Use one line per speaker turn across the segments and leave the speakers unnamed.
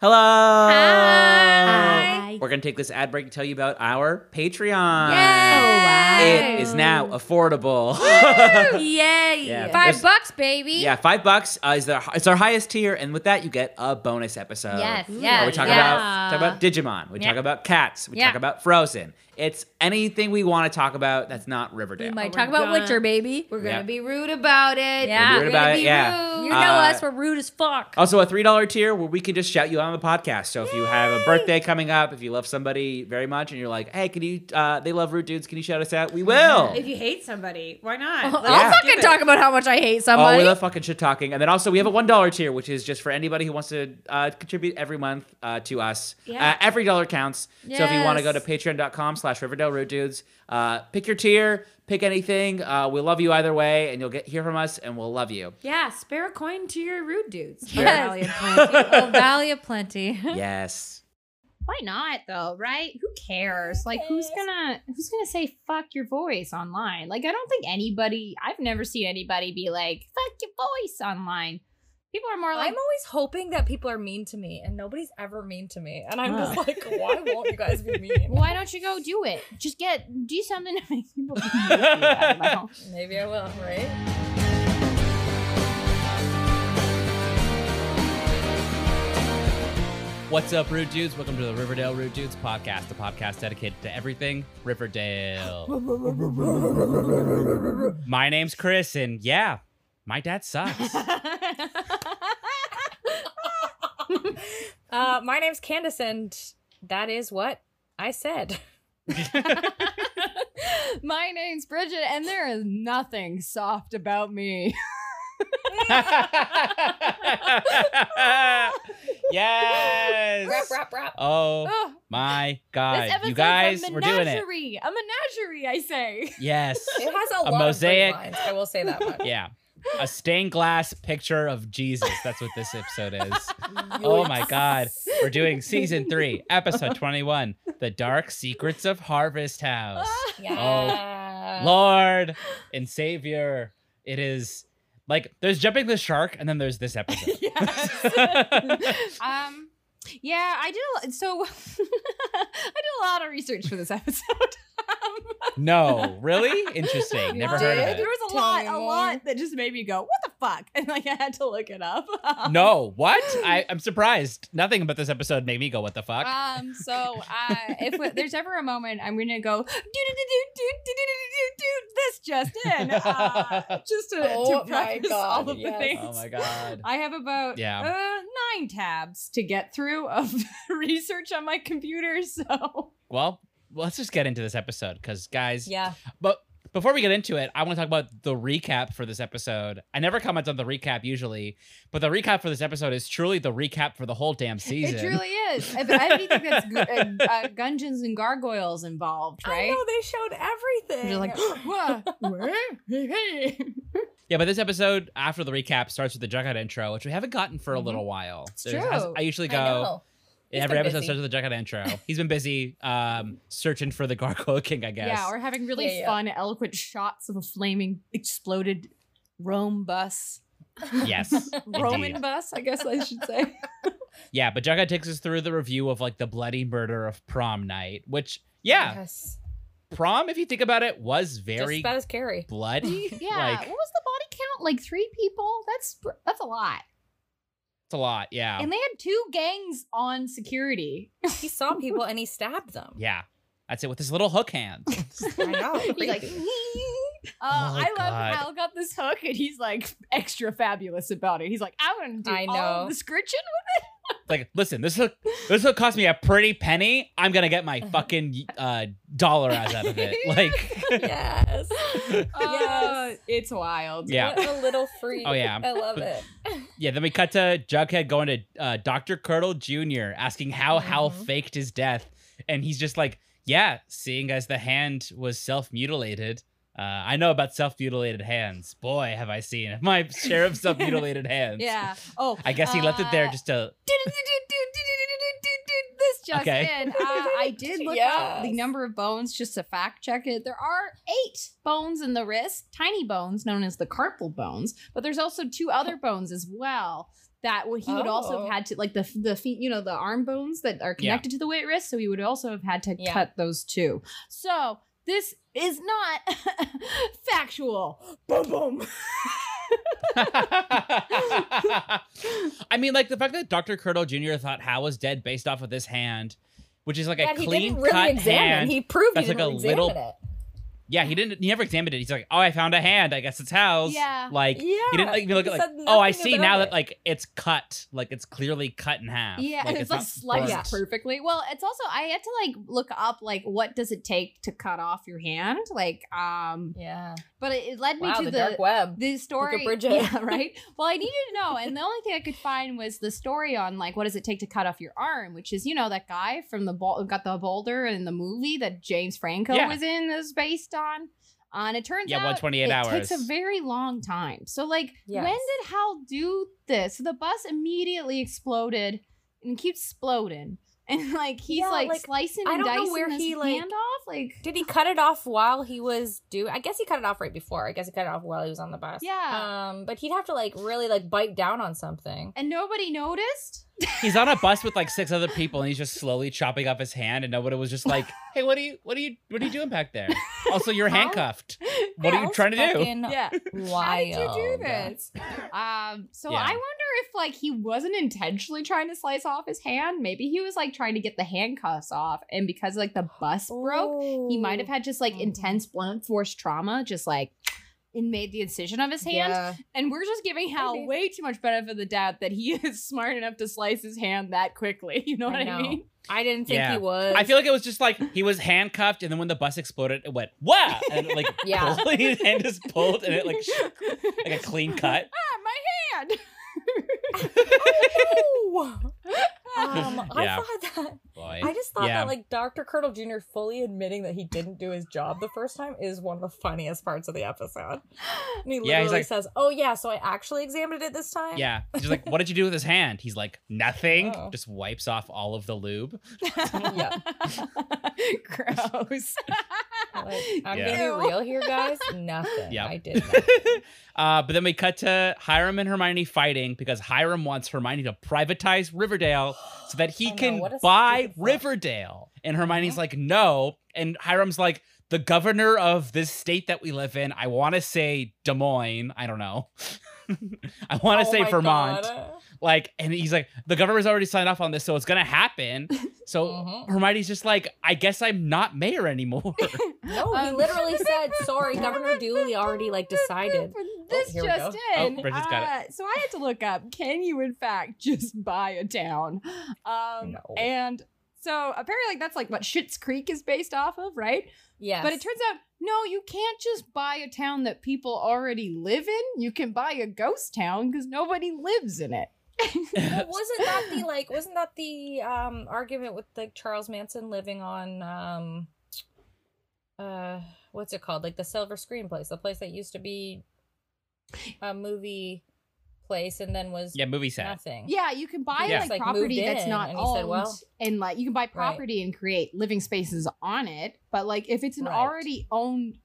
Hello.
Hi.
We're going to take this ad break to tell you about our Patreon.
wow.
It is now affordable.
Yay.
Yeah.
Five
There's-
bucks, baby.
yeah, five bucks uh, is the, it's our highest tier, and with that you get a bonus episode.
Yes,
Where
yes,
we talk
yes.
about talk about Digimon. We
Yeah.
talk about cats. We
Yeah.
talk about Frozen. It's anything we want to talk about that's not Riverdale.
We might
Oh
we're
talk about
gonna-
Witcher, baby.
We're gonna
Yeah.
be rude about it.
Yeah.
We're
We're rude
gonna
about
be
it, yeah.
rude.
You know
Uh,
us. We're rude as fuck.
Also, a three dollar tier where we can just shout you out on the podcast. So if you have a birthday coming up, if you love somebody very much, and you're like, "Hey, can you?" Uh, they love rude dudes. Can you shout us out? We will.
If you hate somebody, why
Oh,
not?
I'll
Let's
Oh, Yeah.
just do
fucking
it.
talk about how much I hate
Oh,
somebody.
we love fucking shit talking. And then also, we have a $1 tier, which is just for anybody who wants to uh, contribute every month uh, to us.
Yeah.
Uh, every dollar counts. So if you want to go to
Yes.
patreon.com slash Riverdale Road Dudes, uh, pick your tier, pick anything. Uh, we love you either way, and you'll get hear from us, and we'll love you.
Yeah, spare a coin to your rude dudes.
Yes.
Valley of Plenty.
oh, Valley of Plenty.
Yes.
Why not though, right? Who cares? Like who's gonna who's gonna say fuck your voice online? Like I don't think anybody I've never seen anybody be like, fuck your voice online. People are more
I'm
like
always hoping that people are mean to me, and nobody's ever mean to me. And I'm
Oh.
just like, why won't you guys be mean?
why don't you go do it? Just get do something to make people be mean to you." I don't know.
Maybe I will, right?
What's up, Rude Dudes? Welcome to the Riverdale Rude Dudes podcast, the podcast dedicated to everything Riverdale. my name's Chris, and yeah, my dad sucks.
Uh, my name's Candace, and that is what I said.
My name's Bridget, and there is nothing soft about me.
yes.
Rap, rap, rap.
Oh
Oh,
my
this
god.
episode's
You
a
guys, we're doing it.
menagerie. A menagerie, I say.
Yes.
It has a,
A
lot
mosaic.
of great lines. I will say that much.
Yeah. A stained glass picture of Jesus. That's what this episode is. Oh my god. We're doing season 3, episode 21, The Dark Secrets of Harvest House.
Oh. Yeah.
Lord and Savior. It is like there's jumping the shark and then there's this episode.
Um, yeah, I did. A, so I did a lot of research for this episode. Um,
no, really? Interesting. Never heard of
Did?
it.
there was a
Tell
lot,
me
a
more.
lot that just made me go, "What the fuck?" And like I had to look it up. Um,
No, what? I, I'm surprised. Nothing about this episode made me go, what the fuck?
Um. So, uh, if we- there's ever a moment I'm gonna go, do do do do do do do do do do this just in, uh, just to,
Oh
to
my
preface
God,
all of the
yes.
things.
oh my god.
I have about
Yeah.
uh, nine tabs to get through of research on my computer. So
Well, let's just get into this episode because, guys,
Yeah.
but before we get into it, I want to talk about the recap for this episode. I never comment on the recap usually, but the recap for this episode is truly the recap for the whole damn season.
it truly is. If anything that's gu- uh, uh, Gungeons and Gargoyles involved,
I
right?
know they showed everything.
You're like, what? Where? Hey, hey.
yeah, but this episode after the recap starts with the Jughead intro, which we haven't gotten for a
Mhm.
little while.
It's
There's- I-
true.
I usually
I
go.
know. He's
Every
been
episode
busy.
starts with a Jughead intro. He's been busy um, searching for the Gargoyle King, I guess.
Yeah, we're having really
Yeah, yeah.
fun, eloquent shots of a flaming, exploded Rome bus.
yes.
Roman
Indeed.
bus, I guess I should say.
Yeah, but Jughead takes us through the review of like the bloody murder of prom night, which, yeah,
Yes.
prom, if you think about it, was
Just
very
about as scary.
bloody.
Yeah.
Like,
what was the body count? Like three people? That's that's a lot.
it's a lot. Yeah.
And they had two gangs on security.
He saw people and he stabbed them.
yeah. That's it with his little hook hand.
I know.
He's like,
creepy.
uh,
Oh my
I love
God.
Kyle got this hook, and he's like extra fabulous about it. He's like, I'm gonna do
I
all of
know.
the scritching.
like, listen, this hook this hook cost me a pretty penny. I'm gonna get
Uh-huh.
my fucking uh dollar ass out of it. Like
yes.
Uh, it's wild.
Yeah.
What a little freak.
Oh, yeah.
I love it.
Yeah, then we cut to Jughead going to uh, Dr. Curdle Jr. asking how Hal
Mm-hmm.
Mhm.
faked his death. And he's just like, yeah, seeing as the hand was self mutilated, uh, I know about self mutilated hands. Boy, have I seen my share of self mutilated hands.
Yeah. Oh,
I guess he left it there
uh,
just to.
this just
Okay.
in. Uh, I did look up the
Yes.
number of bones just to fact check it. There are eight bones in the wrist, tiny bones known as the carpal bones, but there's also two other bones as well that would he would also have
Oh.
had to like the f- the feet, you know, the arm bones that are
Yeah.
connected to the weight wrist. So he would also have had to
Yeah.
cut those too. So this is not factual. Boom boom.
I mean, like the fact that Dr. Curdle Jr. thought Hal was dead based off of this hand, which is like a
that he
clean
didn't really
cut
examine.
hand.
He proved
That's
he didn't
like a
really examine
little- yeah, he didn't. He never examined it. He's like, oh, I found a hand. I guess it's Hal's.
Yeah.
Like
it. Yeah.
he didn't like be
he
look at like,
said
oh, I
nothing
see
about
now
it.
that like it's cut, like it's clearly cut in half.
Yeah, and it's like
not
sliced
burnt.
perfectly. Well, it's also I had to like look up like what does it take to cut off your hand? Like um
Yeah.
but it, it led me
Wow,
to
the,
the
dark web.
the story
Bridget.
yeah right well i needed to know and the only thing i could find was the story on like what does it take to cut off your arm which is you know that guy from the ball got the boulder in the movie that james franco
Yeah.
was in is based on uh, and it turns
Yeah,
out
128
it
hours.
takes a very long time so like
Yes.
when did hal do this so the bus immediately exploded and keeps exploding and like he's
Yeah,
like,
like,
slicing
I
and
don't know
dicing
where
his
he, like-
hand off like
Did he cut it off while he was do? I guess he cut it off right before. I guess he cut it off while he was on the bus.
Yeah.
Um, but he'd have to like really like bite down on something.
and nobody noticed
He's on a bus with like six other people, and he's just slowly chopping off his hand. And nobody was just like, "Hey, what are you? What are you? What are you doing back there? Also, you're handcuffed. What are you
How's
trying to do?"
fucking
yeah
Wild.
How did you do this? Um, so
Yeah.
I wonder if like he wasn't intentionally trying to slice off his hand. Maybe he was like trying to get the handcuffs off, and because like the bus broke, he might have had just like
Mhm.
intense blunt force trauma, just like and made the incision of his hand. And we're just giving Hal
Maybe.
way too much benefit of the doubt that he is smart enough to slice his hand that quickly. You know what I,
I know.
mean?
I didn't think
Yeah.
he was.
I feel like it was just like he was handcuffed, and then when the bus exploded, it went wow, and it, like
Yeah.
pulled, his hand just pulled, and it like sh- like a clean cut.
ah, my hand.
um,
Yeah.
I thought that.
Boy,
I just thought
Yeah.
that like Dr. Curdle Jr. fully admitting that he didn't do his job the first time is one of the funniest parts of the episode. And he literally
Yeah, he's like-
says, "Oh yeah, so I actually examined it this time."
yeah. He's just like, "What did you do with his hand?" He's like, "Nothing."
Oh.
Just wipes off all of the lube.
Yeah.
Gross.
Like, I'm
Yeah.
gonna be
Ew.
real here, guys. Nothing.
Yep.
I did. nothing.
Uh, but then we cut to Hiram and Hermione fighting because Hiram wants Hermione to privatize Riverdale so that
I
he
know,
can
what a
buy
stupid fuck.
Riverdale. And Hermione's like, no. And Hiram's like, the governor of this state that we live in, I want to say Des Moines. I don't know. I want to
Oh
say
my
Vermont.
God.
Like, and he's like, the governor's already signed off on this, so it's going to happen. So
Mhm.
Hermione's just like, I guess I'm not mayor anymore.
No, he
Um,
literally said, "Sorry, Governor Dooley already like decided." Oh,
This
here we
just
go.
in.
Oh, Bridget's got
uh, So I had to look up can you, in fact, just buy a town? Um,
No.
And so apparently, like, that's like what Schitt's Creek is based off of, right?
Yes,
But it turns out, no, you can't just buy a town that people already live in. You can buy a ghost town because nobody lives in it.
Well, wasn't that the like wasn't that the um argument with like Charles Manson living on um uh what's it called like the silver screen place the place that used to be a movie place and then was
yeah, movie set.
nothing
Yeah, you can buy
Yeah.
like,
Just, like,
property
moved
that's
in,
not
and he
owned,
said, well-
and like you can buy property and create living spaces on it. But like if it's an
Right.
already owned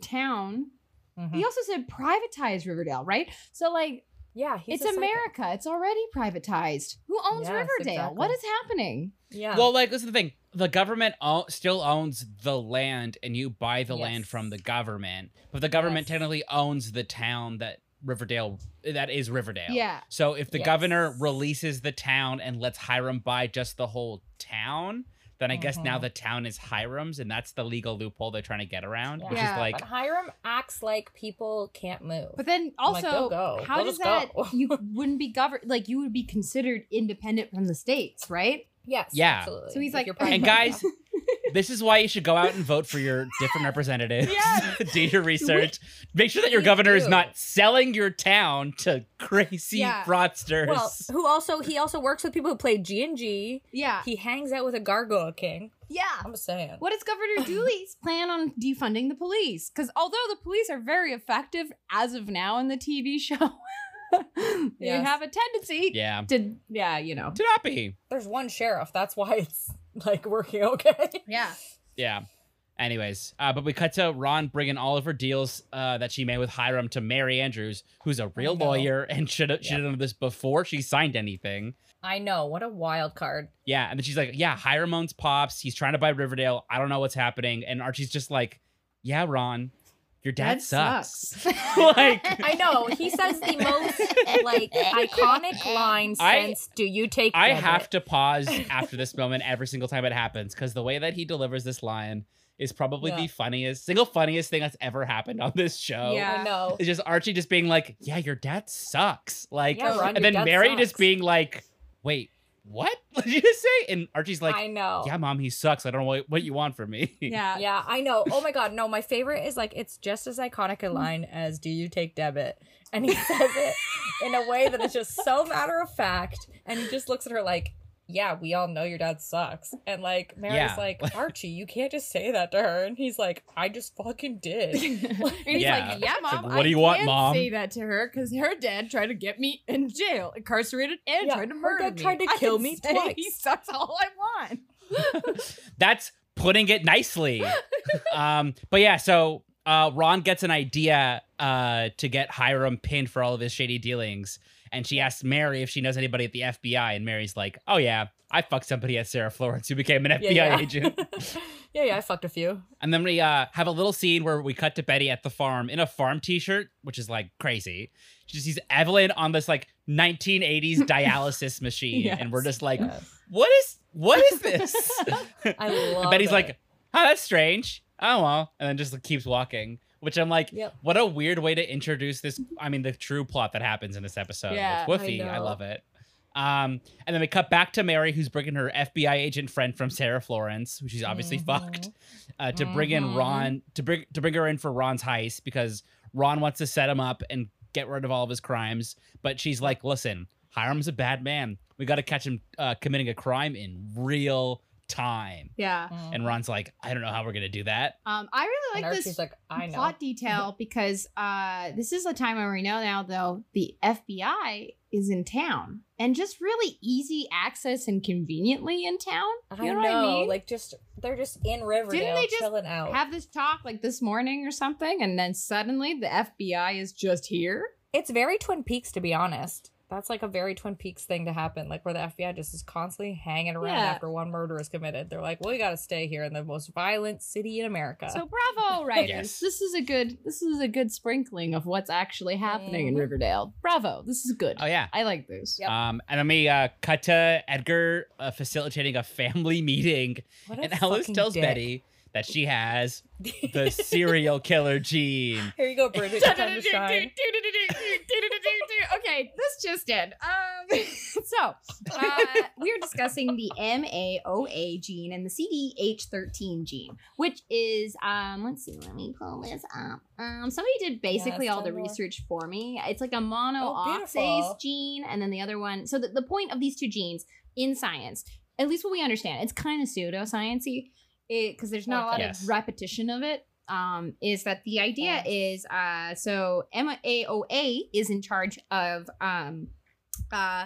town,
Mhm.
He also said privatize Riverdale, right? So like
yeah he's
it's
a psycho.
America. It's already privatized. Who owns
Yes,
Riverdale? What
exactly.
is happening?
yeah
Well, like, this is the thing. The government o- still owns the land, and you buy the land
Yes.
from the government. But the government
Yes.
technically owns the town that Riverdale, that is Riverdale.
Yeah.
So if the
Yes.
governor releases the town and lets Hiram buy just the whole town, then I guess now
Mhm.
the town is Hiram's, and that's the legal loophole they're trying to get around, which
Yeah.
is like,
but Hiram acts like people can't move
But then
I'm like,
also,
"They'll go.
how
They'll
does
just
that
go."
you wouldn't be governed? Like you would be considered independent from the states, right?
yes
Yeah.
absolutely.
So he's
If
like- "Oh
you're
and
private,
guys. This is why you should go out and vote for your different representatives.
Yes.
Do your research. Make sure that your
Please
governor is
do.
not selling your town to crazy
Yeah.
fraudsters.
well who also he also works with people who play G&G
Yeah.
he hangs out with a gargoyle king
Yeah.
I'm saying
What is Governor Dooley's plan on defunding the police? Because although the police are very effective as of now in the TV show, they
Yes.
have a tendency
yeah.
to, yeah, you know.
To not be.
there's one sheriff. That's why it's like working okay.
Yeah.
Yeah. Anyways, uh, but we cut to Ron bringing all of her deals uh, that she made with Hiram to Mary Andrews, who's a real
know.
lawyer and should have should have known this before she signed anything.
I know. What a wild card.
Yeah, and then she's like, "Yeah, Hiram owns Pops. He's trying to buy Riverdale. I don't know what's happening." And Archie's just like, "Yeah, Ron, your dad,
Dad
sucks."
sucks.
like,
I know. He says the most like iconic line
I-
since do you take
I
Bennett?"
have to pause after this moment every single time it happens because the way that he delivers this line is probably
Yeah.
the funniest, single funniest thing that's ever happened on this show.
Yeah.
I know.
It's just Archie just being like, "Yeah, your dad sucks." Like,
Yeah, Ron,
and
your
then
dad
Mary just
sucks.
being like, "Wait, what? What did you just say?" And Archie's like,
I know.
"Yeah, mom, he sucks. I don't know what, what you want from me."
Yeah.
Yeah, I know. Oh my god, no, my favorite is like it's just as iconic a line as do you take debit? And he says it in a way that is just so matter of fact. And he just looks at her like, Yeah, we all know your dad sucks. And like Mary's
Yeah.
like, Archie, you can't just say that to her. And he's like, I just fucking did.
and he's
Yeah.
like, "Yeah, mom.
like, what
I
do you want,
can't
Mom?"
Say that to her because her dad tried to get me in jail, incarcerated, and
Yeah,
tried to
her
murder
dad
me.
tried to
I
kill
can
me
say
twice.
He sucks all I want.
That's putting it nicely. um, but yeah, so uh, Ron gets an idea uh, to get Hiram pinned for all of his shady dealings. And she asks Mary if she knows anybody at the FBI. And Mary's like, oh, yeah, I fucked somebody at Sarah Florence who became an FBI
yeah.
agent.
yeah, yeah, I fucked a few.
And then we uh, have a little scene where we cut to Betty at the farm in a farm t shirt, which is like crazy. She sees Evelyn on this like 1980s dialysis machine. And we're just like,
Yes.
what is what is this?
I love
And Betty's
it.
like, oh, that's strange. Oh, well. And then just like, keeps walking, which I'm like,
Yep.
what a weird way to introduce this. I mean, the true plot that happens in this episode.
Yeah,
It's
I
woofy. I,
know.
love it. Um, and then we cut back to Mary, who's bringing her FBI agent friend from Sarah Florence, who she's obviously
Mhm.
fucked, uh, to bring in
Mhm.
Ron to bring to bring her in for Ron's heist because Ron wants to set him up and get rid of all of his crimes. But she's like, listen, Hiram's a bad man. We got to catch him uh, committing a crime in real time.
Yeah.
Mm.
And Ron's like, I don't know how we're gonna do that.
Um, I really
And
like
Archie's
this
like, I know.
plot detail because uh, this is a time where we know now though the FBI is in town and just really easy access and conveniently in town.
I
You know,
know.
what I mean?
Like just they're just in Riverdale
they just
chilling out.
Have this talk like this morning or something, and then suddenly the FBI is just here.
It's very Twin Peaks, to be honest. That's like a very Twin Peaks thing to happen, like where the FBI just is constantly hanging around
Yeah.
after one murder is committed. They're like, "Well, we got to stay here in the most violent city in America."
So bravo, writers!
Yes.
This is a good this is a good sprinkling of what's actually happening in Riverdale. Bravo, this is good.
Mm-hmm. Oh yeah.
I like this.
Yep.
Um, and then we uh, cut to Edgar uh, facilitating a family meeting,
What a
and Alice
fucking
tells
dick.
Betty that she has the serial killer gene.
"Here you go, Bridget. Your time to shine."
okay, this just in. Um, so uh, we're discussing the MAOA gene and the CDH13 gene, which is um, let's see, let me pull this up. Um, somebody did basically
Yes,
all the
Tumblr.
research for me. It's like a
Oh,
monooxase
beautiful.
gene, and then the other one. So the, the point of these two genes in science, at least what we understand, it's kind of pseudoscience-y it because there's not a lot
Yes.
of repetition of it um is that the idea is uh so MAOA is in charge of um uh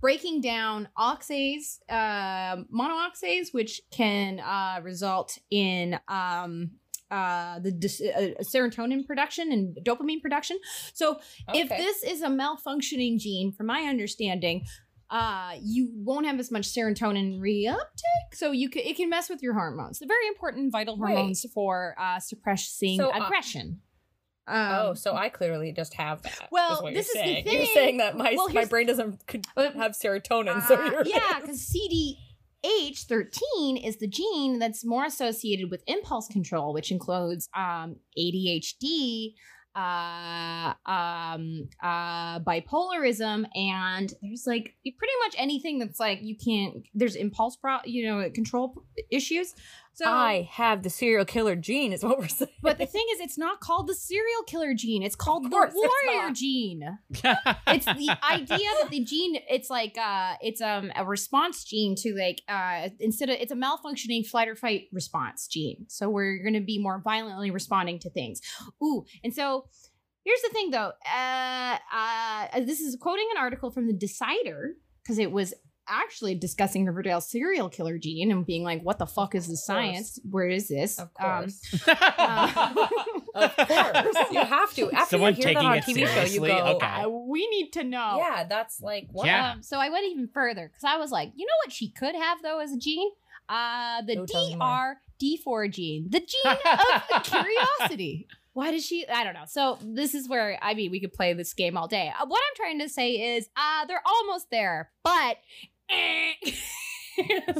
breaking down oxases um monooxases which can uh result in um uh the dis- uh, serotonin production and dopamine production so if
Okay.
this is a malfunctioning gene, from my understanding, uh, you won't have as much serotonin reuptake, so you can, it can mess with your hormones. The very important vital
Wait.
hormones for uh, suppressing
So, uh,
aggression.
oh,
Um,
so I clearly just have that.
well,
is what
this is
you're
the
saying.
thing.
You're saying that my
Well,
my
here's-
brain doesn't could
But-
have serotonin, so
Uh,
you're
yeah, because CDH13 is the gene that's more associated with impulse control, which includes um, ADHD, uh, um, uh, bipolarism, and there's like pretty much anything that's like you can't. There's impulse, pro, you know, control issues. So
I have the serial killer gene, is what we're saying.
But the thing is, it's not called the serial killer gene. It's called the
course it's
warrior
not.
gene. It's the idea that the gene, it's like uh, it's um a response gene to like uh instead of it's a malfunctioning flight or fight response gene. So we're going to be more violently responding to things. Ooh, and so here's the thing though. Uh, uh, this is quoting an article from the Decider because it was actually discussing Riverdale's serial killer gene and being like, what the fuck is this science? Where is this?
Of
Um,
course.
uh,
of course. You have to. After
Someone
you hear that
taking
on a
it
TV show, you
seriously?
go,
Okay.
I- Uh, we need to know.
yeah, that's like, what?
Yeah.
Um, so I went even further because I was like, you know what she could have though as a gene? Uh, the
Don't tell me more.
DR-D4 gene, the gene of curiosity. Why does she? I don't know. So this is where I mean we could play this game all day. Uh, what I'm trying to say is, uh, they're almost there, but. eh.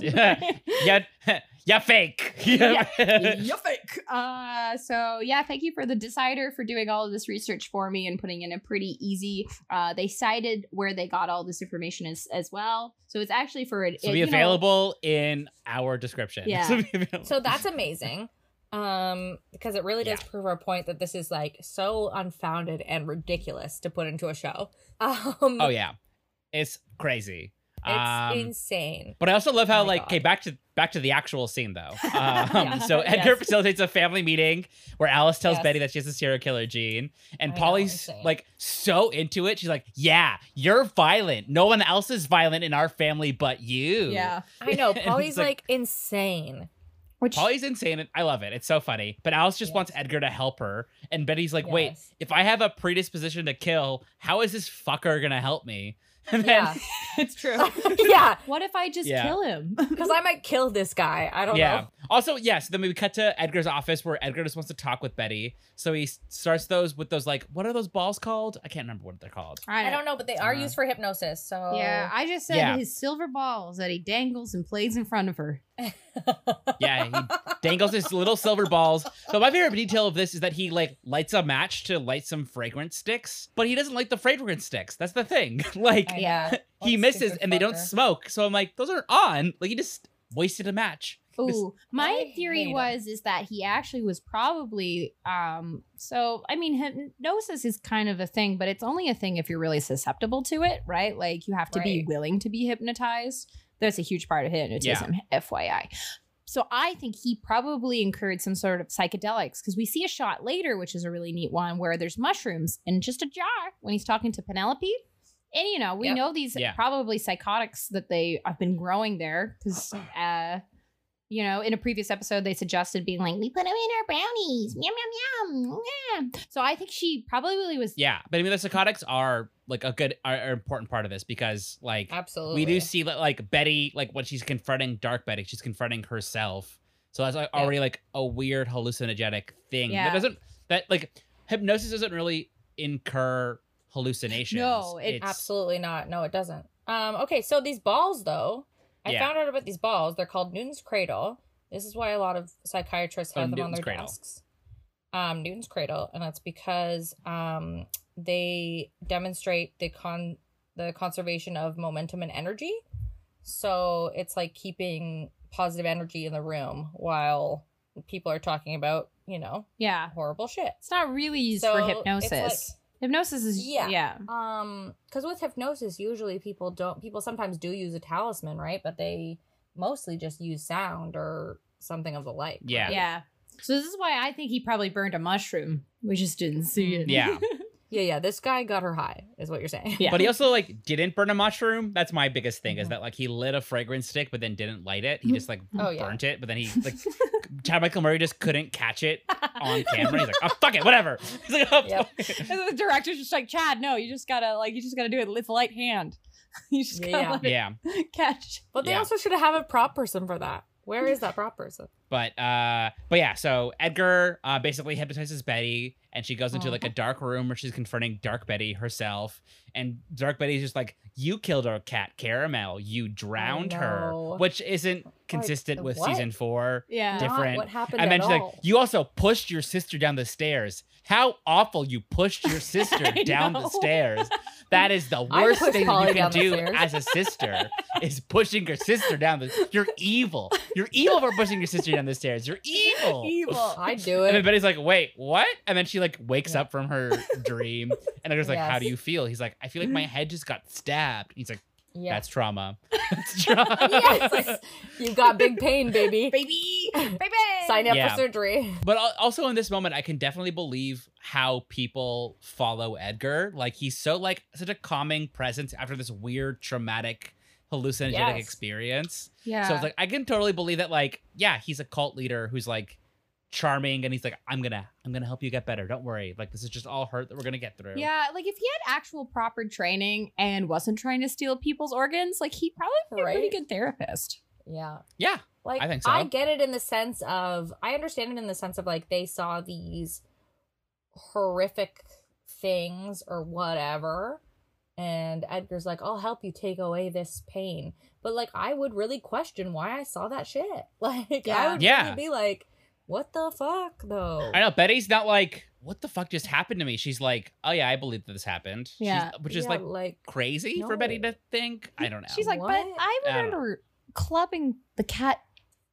Yeah. yeah, yeah, fake.
You're fake. Uh, so yeah, thank you for the decider for doing all of this research for me and putting in a pretty easy. Uh, they cited where they got all this information as as well. So it's actually for it.
So
it-
be
you know-
available in our description.
Yeah.
So be available.
So that's amazing. Um, because it really does prove our point that this is like so unfounded and ridiculous to put into a show. Um,
oh yeah, it's crazy.
it's
Um,
insane.
But I also love how
my
like
God.
okay back to back to the actual scene though. Um,
Yeah.
So Edgar
Yes.
facilitates a family meeting where Alice tells
Yes.
Betty that she has a serial killer gene, and
I know,
Polly's
insane.
like so into it. She's like, "Yeah, you're violent. No one else is violent in our family but you."
Yeah.
I know.
It's
Polly's
like-
like, insane.
Which
Polly's insane. And I love it. It's so funny. But Alice just
Yes.
wants Edgar to help her, and Betty's like, "Wait,
Yes.
if I have a predisposition to kill, how is this fucker gonna help me?" And then
Yeah.
it's true.
yeah.
what if I just
Yeah.
kill him?
Because I might kill this guy. I don't
yeah.
know.
Also, yes. then we cut to Edgar's office where Edgar just wants to talk with Betty. So he s- starts those with those like, what are those balls called? I can't remember what they're called.
I don't know, but they are
Uh,
used for hypnosis. So
Yeah, I just said
Yeah.
his silver balls that he dangles and plays in front of her.
Yeah, he dangles his little silver balls. But my favorite detail of this is that he like lights a match to light some fragrance sticks, but he doesn't like the fragrance sticks. That's the thing. like
I know.
he
What
misses
stupid
and they don't
fucker.
smoke. So I'm like, those aren't on. Like he just wasted a match.
Ooh, my
I hate
theory
'em.
was is that he actually was probably um so I mean hypnosis is kind of a thing, but it's only a thing if you're really susceptible to it, right? Like you have to be
Right.
willing to be hypnotized. That's a huge part of hypnotism, FYI. So I think he probably incurred some sort of psychedelics because we see a shot later, which is a really neat one, where there's mushrooms in just a jar when he's talking to Penelope. And you know, we
Yeah.
know these
Yeah.
probably psychotics that they have been growing there because, uh, you know, in a previous episode they suggested being like, we put them in our brownies, yum yum yum. Yeah. So I think she probably was.
Yeah. But I mean the psychotics are like a good are, are important part of this because like
Absolutely.
we do see that like Betty, like when she's confronting Dark Betty, she's confronting herself. So that's like,
Yeah.
already like a weird hallucinogenic thing
Yeah.
that doesn't that like hypnosis doesn't really incur hallucinations.
No, it
It's-
Absolutely not. No, it doesn't. Um, okay, so these balls though, I
Yeah.
found out about these balls. They're called Newton's cradle. This is why a lot of psychiatrists
Oh,
have them on
Newton's
their
cradle.
desks. Um, Newton's cradle, and that's because um, they demonstrate the con the conservation of momentum and energy. So it's like keeping positive energy in the room while people are talking about you know
Yeah.
horrible shit.
It's not really used
So
for
it's
hypnosis.
like-
hypnosis is
Yeah.
yeah.
um because with hypnosis usually people don't people sometimes do use a talisman right but they mostly just use sound or something of the like
Yeah.
right?
Yeah. So this is why I think he probably burned a mushroom. We just didn't see it.
Mm, Yeah.
yeah yeah this guy got her high is what you're saying
Yeah.
But he also like didn't burn a mushroom. That's my biggest thing is that like he lit a fragrance stick but then didn't light it. He just like
Oh, yeah.
burnt it, but then he like Chad Michael Murray just couldn't catch it on camera. He's like, oh fuck it, whatever. He's like, "Oh,
Yep.
fuck it."
And then the director's just like, Chad, no, you just gotta like you just gotta do it with light hand. you just gotta
Yeah.
let it
yeah.
catch.
but they
Yeah.
also should have a prop person for that where is that prop person
But uh but yeah, so Edgar uh basically hypnotizes Betty and she goes into like a dark room where she's confronting Dark Betty herself and Dark Betty's just like you killed our cat Caramel, you drowned her,
know.
which isn't consistent with
what?
season 4.
Yeah.
Diff-
Not
Different.
what happened
And then
at
she's like,
all.
you also pushed your sister down the stairs. How awful you pushed your sister
I
down the
know.
stairs. That is the
I
worst
pushed
thing that
Polly
you
down
can
the
do
stairs.
as a sister is pushing your sister down the You're evil. You're evil for pushing your sister down the stairs. You're evil.
Evil.
i do
And then
it
Betty's like, wait, what? And then she like wakes
Yeah.
up from her dream. And Edgar's like, how
Yes.
do you feel? He's like, I feel like my head just got stabbed. He's like,
yeah
that's trauma. That's trauma.
yes you got big pain baby
Baby. Baby.
sign up
Yeah.
for surgery
But al- also in this moment, I can definitely believe how people follow Edgar. Like he's so like such a calming presence after this weird traumatic hallucinogenic
Yes.
experience.
Yeah.
So it's like I can totally believe that like yeah, he's a cult leader who's like charming and he's like I'm going to I'm going to help you get better. Don't worry. Like this is just all hurt that we're going to get through.
yeah, like if he had actual proper training and wasn't trying to steal people's organs, like he'd probably be a pretty
Right.
good therapist.
Yeah.
Yeah.
Like
I
I,
think so.
get it in the sense of I understand it in the sense of like they saw these horrific things or whatever. And Edgar's like, I'll help you take away this pain. But like I would really question why I saw that shit. Like I
Yeah.
would
Yeah.
really be like, what the fuck though?
I know Betty's not like what the fuck just happened to me. She's like, "Oh yeah, I believe that this happened." She's-
Yeah.
which is
Yeah,
like
like
crazy for
No.
Betty to think. I don't know.
She's like, but
What?
I
I don't know.
remember clubbing the cat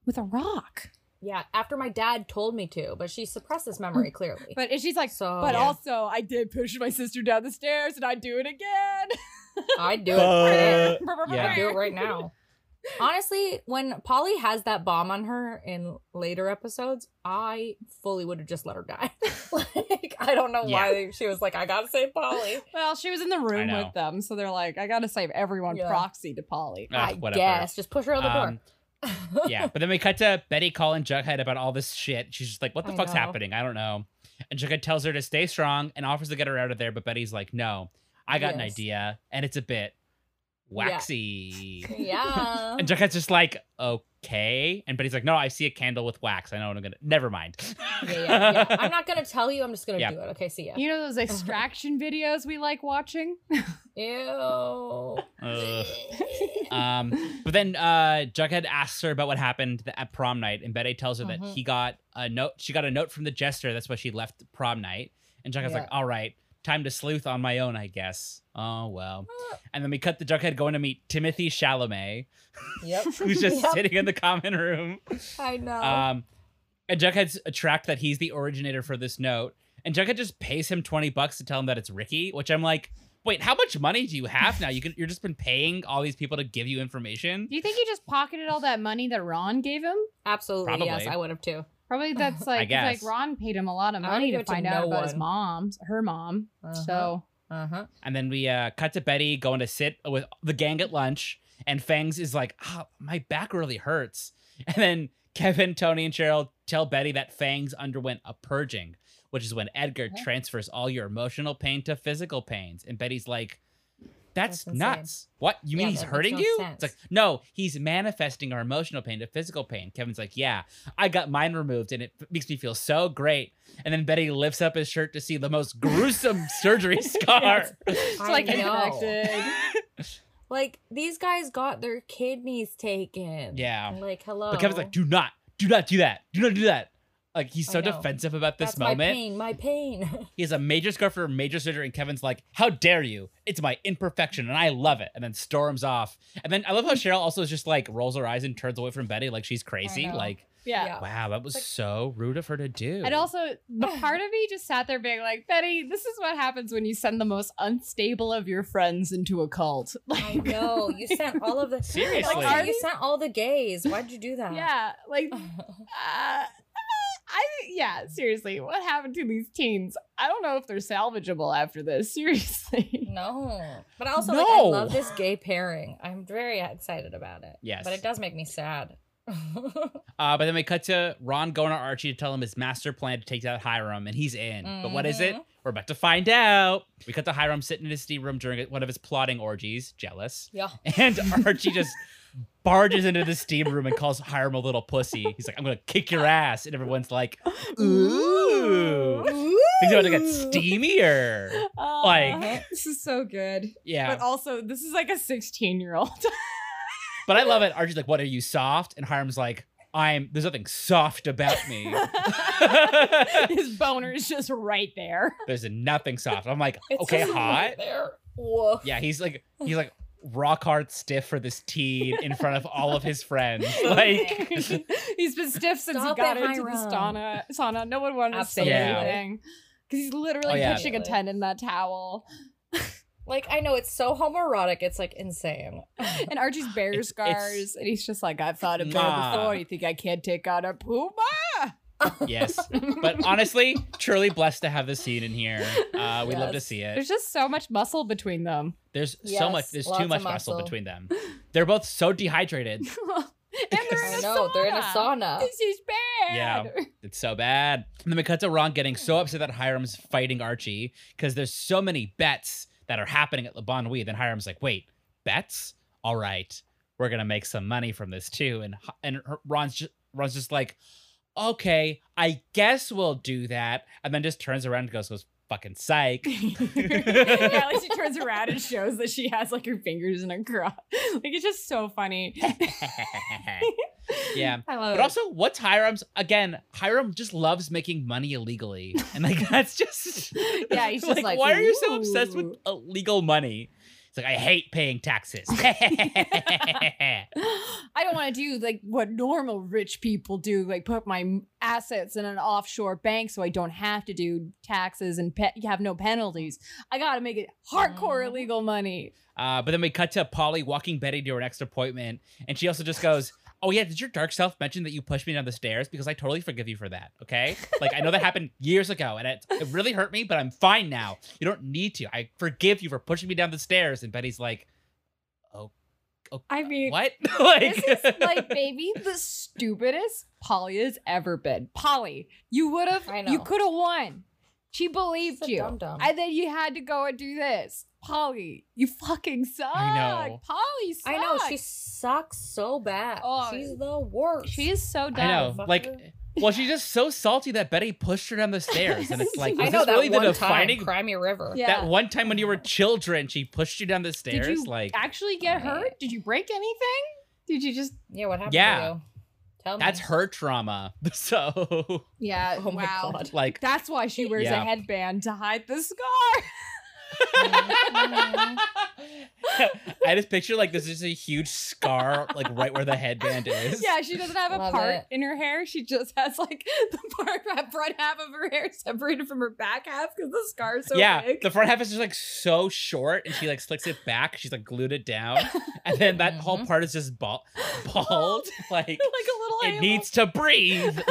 with a rock.
Yeah, after my dad told me to, but she suppressed this memory clearly.
But and she's like,
so
but
Oh, yeah.
also I did push my sister down the stairs and I'd do it again.
I'd do it.
Uh,
I'd
yeah.
do it right now. Honestly, when Polly has that bomb on her in later episodes, I fully would have just let her die. like I don't know why she was like, I gotta save Polly.
Well, she was in the room
know.
with them, so they're like, I gotta save everyone
Yeah.
proxy to Polly.
Ugh,
I guess just push her out the
Ah, Um,
door.
yeah, but then we cut to Betty calling Jughead about all this shit. She's just like, "What the
I
fuck's
know.
happening? I don't know." And Jughead tells her to stay strong and offers to get her out of there, but Betty's like, "No, I got an
Yes.
idea, and it's a bit waxy."
yeah.
And Jughead's just like, "Okay," and Betty's like, "No, I see a candle with wax. I know what I'm gonna. Never mind."
yeah, yeah, yeah. I'm not gonna tell you. I'm just gonna
Yeah.
do it. Okay, see ya.
You know those extraction videos we like watching?
Ew.
Ugh. um, but then uh, Jughead asks her about what happened th- at prom night, and Betty tells her that
Mhm.
he got a note. She got a note from the jester. That's why she left prom night. And Jughead's like,
Yeah.
"All right, time to sleuth on my own, I guess." Oh well. And then we cut the Jughead going to meet Timothy Chalamet,
Yep.
who's just
Yep. Uh-huh.
sitting in the common room.
I know.
Um, and Jughead's attract that he's the originator for this note, and Jughead just pays him twenty bucks to tell him that it's Ricky, which I'm like, wait, how much money do you have now? You can, you're just been paying all these people to give you information.
Do you think he just pocketed all that money that Ron gave him?
Absolutely. Yes,
probably.
I would have too.
Probably that's like 'cause,
guess.
like Ron paid him a lot of
I don't
money
give
to Uh-huh.
it to
find out
no
about his
one.
mom, her mom. So
Uh huh.
And then we uh, cut to Betty going to sit with the gang at lunch, and Fangs is like, oh, my back really hurts. And then Kevin, Tony, and Cheryl tell Betty that Fangs underwent a purging, which is when Edgar
Uh-huh.
transfers all your emotional pain to physical pains. And Betty's like, that's,
That's insane.
nuts. What? You mean
Yeah,
he's
that makes
hurting
no
you?
sense.
It's like, no, he's manifesting our emotional pain to physical pain. Kevin's like, yeah, I got mine removed and it f- makes me feel so great. And then Betty lifts up his shirt to see the most gruesome surgery scar.
it's
I
like
know.
infected.
Like these guys got their kidneys taken.
Yeah.
I'm like hello.
But Kevin's like, do not, do not do that. Do not do that. Like he's so
Oh. I know.
defensive about this
That's My
moment.
pain. My pain.
He has a major scar for a major surgery, and Kevin's like, How dare you? It's my imperfection and I love it. And then storms off. And then I love how Cheryl also is just like rolls her eyes and turns away from Betty like she's crazy.
know.
Like,
yeah.
wow, that was so rude of her to do.
And also, the part of me just sat there being like, Betty, this is what happens when you send the most unstable of your friends into a cult.
I
Like,
know. You sent all of the
Seriously.
Like,
Are
you
these-
sent all the gays. Why'd you do that?
yeah, like, uh, I, yeah, seriously, what happened to these teens? I don't know if they're salvageable after this. Seriously,
No. But also, like, I
No.
love this gay pairing. I'm very excited about it.
Yes.
But it does make me sad.
Uh, but then we cut to Ron going to Archie to tell him his master plan to take out Hiram, and he's in. But what is it?
Mhm.
We're about to find out. We cut to Hiram sitting in his steam room during one of his plotting orgies, jealous.
yeah.
And Archie just barges into the steam room and calls Hiram a little pussy. He's like, I'm going to kick your ass. And everyone's like, ooh. Things are about to get steamier.
Uh-huh.
Like,
this is so good.
yeah.
But also, this is like a 16 year old.
But I love it. Archie's like, what are you, soft? And Hiram's like, I'm, there's nothing soft about me.
His boner is just right there.
there's nothing soft. I'm like,
It's
okay,
just
hot.
right There. Woof.
Yeah, he's like he's like rock hard stiff for this teen in front of all of his friends. Like
he's been stiff since
Stop
he got
it,
into
Hiram.
the sauna. Sauna. No one wanted to say
Absolutely.
anything because he's literally
Oh, yeah.
pushing a ten in that towel.
Like, I know it's so homoerotic. It's like insane.
And Archie's bear
It's-
scars, and he's just like, "I've thought of bear
Nah.
before. You think I can't take out a puma?"
Yes. But honestly, truly blessed to have this scene in here. Uh, we love to
Yes.
see it.
There's just so much muscle between them.
There's so much.
Yes,
There's
lots
too
of
much muscle
muscle.
between them. They're both so dehydrated.
And they're in
I
a
know, they're in a sauna.
This is bad.
Yeah. It's so bad. And then we cut to Ron getting so upset that Hiram's fighting Archie because there's so many bets that are happening at Le Bon Nuit. Then Hiram's like, wait, bets? All right, we're gonna make some money from this too. And Hi- and her- Ron's just Ron's just like, okay, I guess we'll do that. And then just turns around and goes, goes fucking psych.
yeah, like she turns around and shows that she has like her fingers in her crotch. Like it's just so funny.
yeah.
I love
But also, what's Hiram's? Again, Hiram just loves making money illegally, and like that's just
Yeah, he's just like,
why are you so obsessed with
"Ooh."
illegal money? It's like I hate paying taxes.
I don't want to do like what normal rich people do, like put my assets in an offshore bank so I don't have to do taxes and pe- have no penalties. I got to make it hardcore
Mhm.
illegal money.
uh, but then we cut to Polly walking Betty to her next appointment, and she also just goes. Oh yeah, did your dark self mention that you pushed me down the stairs? Because I totally forgive you for that. Okay, like I know that happened years ago, and it, it really hurt me, but I'm fine now. You don't need to. I forgive you for pushing me down the stairs. And Betty's like, "Oh, oh
I mean,
what? like,
this is like maybe the stupidest Polly has ever been. Polly, you would have,
I
you
know.
could have won. She believed
It's a
you,
dum-dum.
and then you had to go and do this. Polly, you fucking suck.
I know.
Polly sucks.
I know she sucks so bad.
Oh,
She's the worst.
She is so dumb.
I know.
Fucker.
Like, well, she's just so salty that Betty pushed her down the stairs, and it's like,
I
was
know
this
that
really the
one
defining?
time, Crimey River.
Yeah.
That one time when you were children, she pushed you down the stairs.
Did you
like, uh,
actually get hurt? Did you break anything? Did you just?
Yeah, what happened
Yeah.
to you? Tell me.
that's
Uh,
her trauma. So,
Yeah.
Oh my
wow.
god.
like,
That's why she wears
Yeah.
a headband to hide the scar.
I just picture like this is a huge scar, like right where the headband is.
yeah, she doesn't have a
Love
part
it.
in her hair. She just has like the part that front half of her hair separated from her back half because the scar is so
yeah,
big.
the front half is just like so short, and she like slicks it back. She's like glued it down, and then that whole part is just bald, bald. Like,
like a little.
it
animal.
needs to breathe.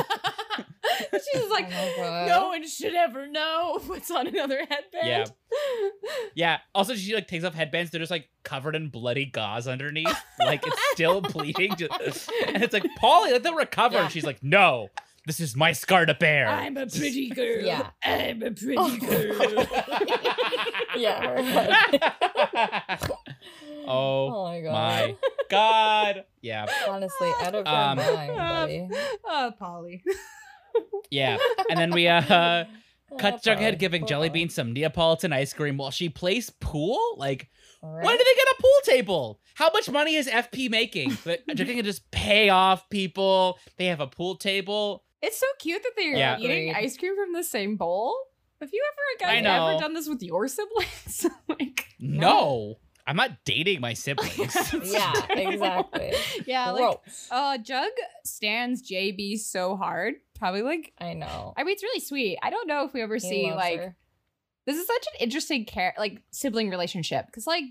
She's just like,
Oh my God.
no one should ever know what's on another headband. Yeah.
Yeah. Also, she like takes off headbands. They're just like covered in bloody gauze underneath. Like it's still bleeding. Just- and it's like, Polly, let them recover.
Yeah.
And she's like, no, this is my scar to bear.
I'm a pretty girl.
Yeah.
I'm a pretty
Oh.
girl.
Yeah.
oh
Oh my god.
my god. Yeah.
Honestly, out of her
Um,
mind, buddy.
oh, Polly.
Yeah. And then we uh
Oh,
cut Jughead
Polly.
giving
Poor
Jellybean some Neapolitan ice cream while she plays pool. Like,
Polly.
When do they get a pool table? How much money is FP making? But they're gonna just pay off people. They have a pool table.
It's so cute that they're
Yeah.
eating
Agreed.
ice cream from the same bowl. Have you ever,
I
guys, ever
know.
done this with your siblings? like,
No, I'm not dating my siblings.
Yeah, exactly.
yeah, like,
Gross.
uh, Jug stands JB so hard. Probably like,
I know.
I mean, it's really sweet. I don't know if we ever
He
see
loves
like
her.
this is such an interesting care like sibling relationship because like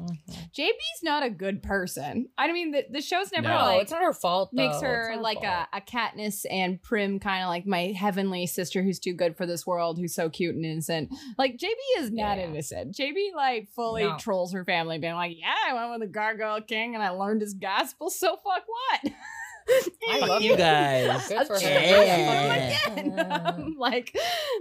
Mhm.
JB's not a good person. I mean, the, the show's never
No.
No,
like
Oh, it's not her fault. Though.
makes
It's
her
not
like uh,
fault.
a, a Katniss and Prim kind of like my heavenly sister who's too good for this world, who's so cute and innocent. Like JB is not
Yeah.
innocent. JB like fully
No.
trolls her family, being like, "Yeah, I went with the Gargoyle King and I learned his gospel. So fuck what."
I
Fuck
love
you
it.
guys.
Good for her.
Yeah.
And,
Yeah.
um, like,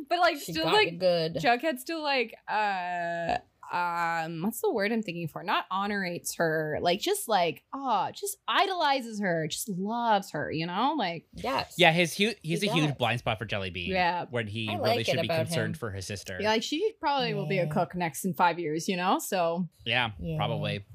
but like
She
still
got
like
you good.
Jughead still like uh um what's the word I'm thinking for? Not honorates her, like just like ah, just idolizes her, just loves her, you know? Like
yes.
Yeah, his huge he's
He
a huge
does.
blind spot for Jellybean.
Yeah.
when he
I
really
like
should
it
be
about
concerned
him.
for his sister.
yeah, like she probably will be a
Yeah.
cook next in five years, you know? So
Yeah,
Yeah.
probably.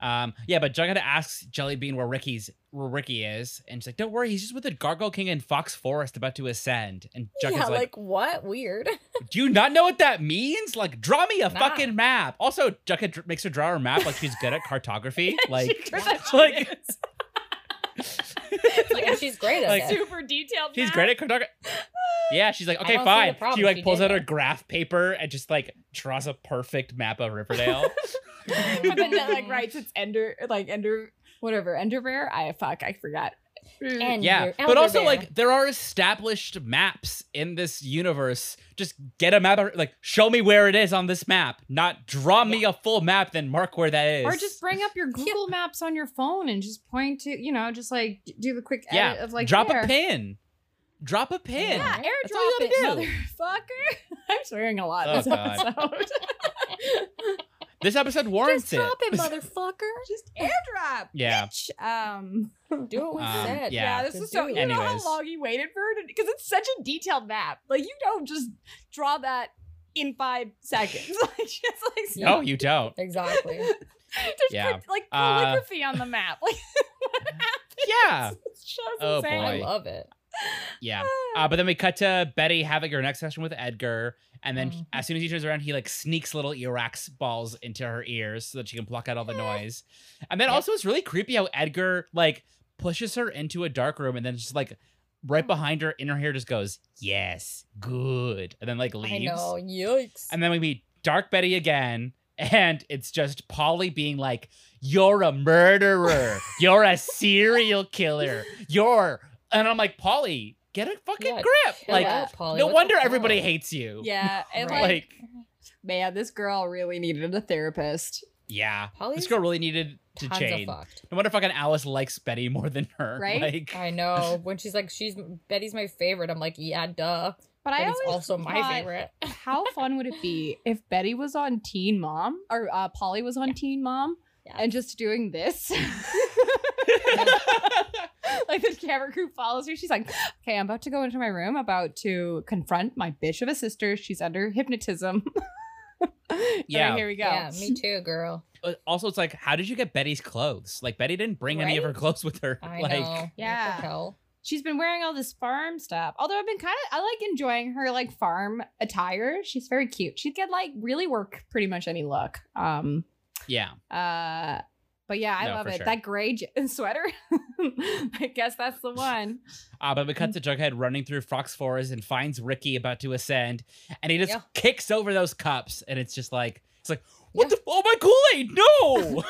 Um, yeah, but Jughead asks Jellybean where Ricky's where Ricky is, and she's like, "Don't worry, he's just with the Gargoyle King in Fox Forest, about to ascend." And Jughead's
Yeah,
like,
like what? Weird.
Do you not know what that means? Like, draw me a
Nah.
fucking map. Also, Jughead dr- makes her draw her map like she's good at cartography. like, like
yeah, she's great at
Like,
it.
super detailed.
she's great at cartography. Yeah, she's like,
I
okay,
don't see the
fine. She
problem.
like
She
pulls
did
out her
it.
graph paper and just like draws a perfect map of Riverdale.
but then that like writes its ender like ender whatever, ender rare. I fuck, I forgot.
And
yeah,
you're
but also
elderberry.
like there are established maps in this universe. Just get a map, or, like show me where it is on this map, not draw me a full map then mark where that is.
Or just bring up your Google Maps on your phone and just point to, you know, just like d- do the quick
Yeah,
edit of like
drop
there.
a pin, drop a pin.
Yeah,
That's all you
airdrop
gotta
it,
do.
motherfucker. I'm swearing a lot
Oh,
this
God.
episode.
This episode warrants it.
motherfucker. Just airdrop.
Yeah.
bitch. Um.
do what we
Um,
said.
Yeah,
yeah.
this
Just
is so.
do it.
You know how
Anyways.
long you waited for it because it's such a detailed map. Like you don't just draw that in five seconds. like just like so-
No, Oh, you don't.
Exactly.
just
Oh, Yeah.
put, like
Uh,
calligraphy on the map. Like what happened?
Yeah.
It's just
Oh,
insane.
I
Boy.
love it.
Yeah.
Ah.
Uh, but then we cut to Betty having her next session with Edgar, and then
Mhm.
as soon as he turns around, he like sneaks little earwax balls into her ears so that she can block out all the noise. And then also it's really creepy how Edgar like pushes her into a dark room and then just like
Mm.
right behind her in her hair just goes, Yes, good. And then like
I
leaves.
know. Yikes.
And then we meet Dark Betty again. And it's just Polly being like, You're a murderer. You're a serial killer. You're. And I'm like, Polly, get a fucking
Yeah,
grip.
Chill
like,
out, Polly.
no
What the
wonder
fuck?
everybody hates you.
Yeah, and
Right.
like,
Like,
man, this girl really needed a therapist.
yeah.
Polly's
This girl really needed to
tons
change.
of fucked.
No wonder fucking Alice likes Betty more than her.
Right?
Like,
I know. When she's like, she's Betty's my favorite. I'm like, yeah, duh.
But I
Betty's
always
also my
thought,
favorite.
how fun would it be if Betty was on Teen Mom or uh, Polly was on Teen Mom
Yeah.
and just doing this? like the camera crew follows her. She's like, "Okay, I'm about to go into my room, about to confront my bitch of a sister. She's under hypnotism." Alright,
Yeah.
here we go.
Yeah, me too, girl.
uh, also, it's like, how did you get Betty's clothes? Like, Betty didn't bring any of her
Right?
clothes with her.
I
like,
know. What
yeah.
the hell?
she's been wearing all this farm stuff. Although I've been kind of I like enjoying her like farm attire. She's very cute. She could like really work pretty much any look. Um
yeah.
uh but yeah, I
No,
love
for
it.
sure.
That gray j- sweater. I guess that's the one.
Uh, but we
Mm.
cut to Jughead running through Fox Forest and finds Ricky about to ascend, and he just
Yeah.
kicks over those cups, and it's just like it's like, what
Yeah.
the? Oh my Kool Aid! No!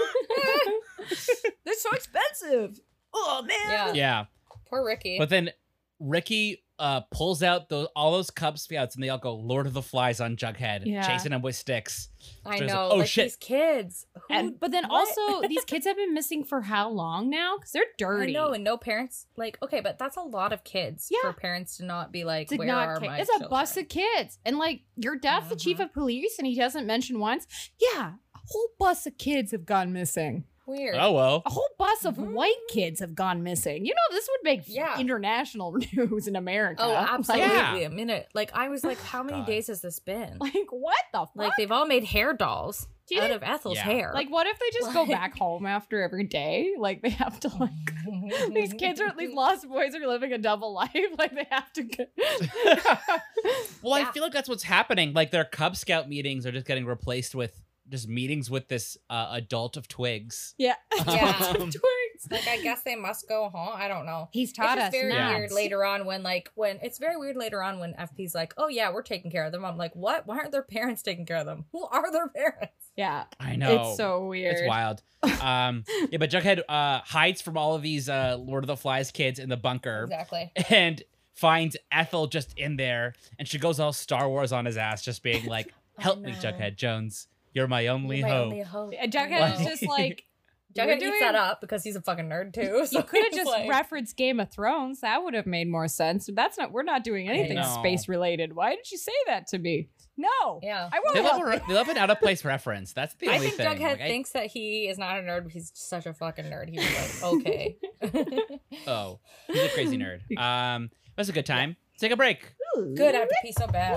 They're so expensive. Oh man.
Yeah.
yeah,
Poor Ricky.
but then Ricky uh, pulls out those all those cup spouts, and they all go Lord of the Flies on Jughead,
Yeah.
chasing him with sticks.
I
There's a-
know.
oh,
like
shit.
these kids. Who,
And, but then
what?
also these kids have been missing for how long now? Cuz they're
I
dirty.
know, and no parents. Like, okay, but that's a lot of kids
Yeah.
for parents to not be like,
Did
where
not
are
care.
my
It's a
children?
bus of kids. And like your dad's the chief
Mhm.
of police and he doesn't mention once. Yeah, a whole bus of kids have gone missing.
Weird.
Oh well.
a whole bus of
Mhm.
white kids have gone missing. You know, this would make
Yeah.
international news in America.
Oh,
Like-
absolutely.
Yeah.
A minute. Like, I was like, how many
God.
days has this been?
Like, what the fuck?
Like,
Like,
they've all made hair dolls
Do you
out
think-
of Ethel's
Yeah.
hair.
what if they just go
Like-
back home after every day? Like, they have to, like, these kids are, these lost boys are living a double life. Like, they have to go.
Well, I
Yeah.
feel like that's what's happening. Like their Cub Scout meetings are just getting replaced with just meetings with this uh, adult of twigs.
yeah.
Yeah.
Um,
like, I guess they must go home. I don't know.
He's
It's
taught
just
us.
very
not.
weird later on when like when it's very weird later on when FP's like, oh yeah, we're taking care of them. I'm like, what? Why aren't their parents taking care of them? Who are their parents?
Yeah.
I know.
It's so weird.
It's wild. Um, yeah, but Jughead uh, hides from all of these uh, Lord of the Flies kids in the bunker
Exactly.
and finds Ethel just in there, and she goes all Star Wars on his ass, just being like,
Oh,
"Help me,
no.
Jughead Jones, you're my only
You're my
hope."
only hope.
And Uh, Jughead is
Wow.
just like,
Jughead
we're
eats
doing-
that up because he's a fucking nerd too. So
you could have
it's
just
like-
referenced Game of Thrones. That would have made more sense. But that's not. We're not doing anything
know.
space related. Why did you say that to me? No,
Yeah.
I won't.
They love,
help.
a- they love an out of place reference. That's the
I
only
think
thing.
Jughead
Like, I-
thinks that he is not a nerd, but he's such a fucking nerd. He was like, okay.
oh, he's a crazy nerd. Um, that's a good time. Take a break.
Good, I have to pee so bad.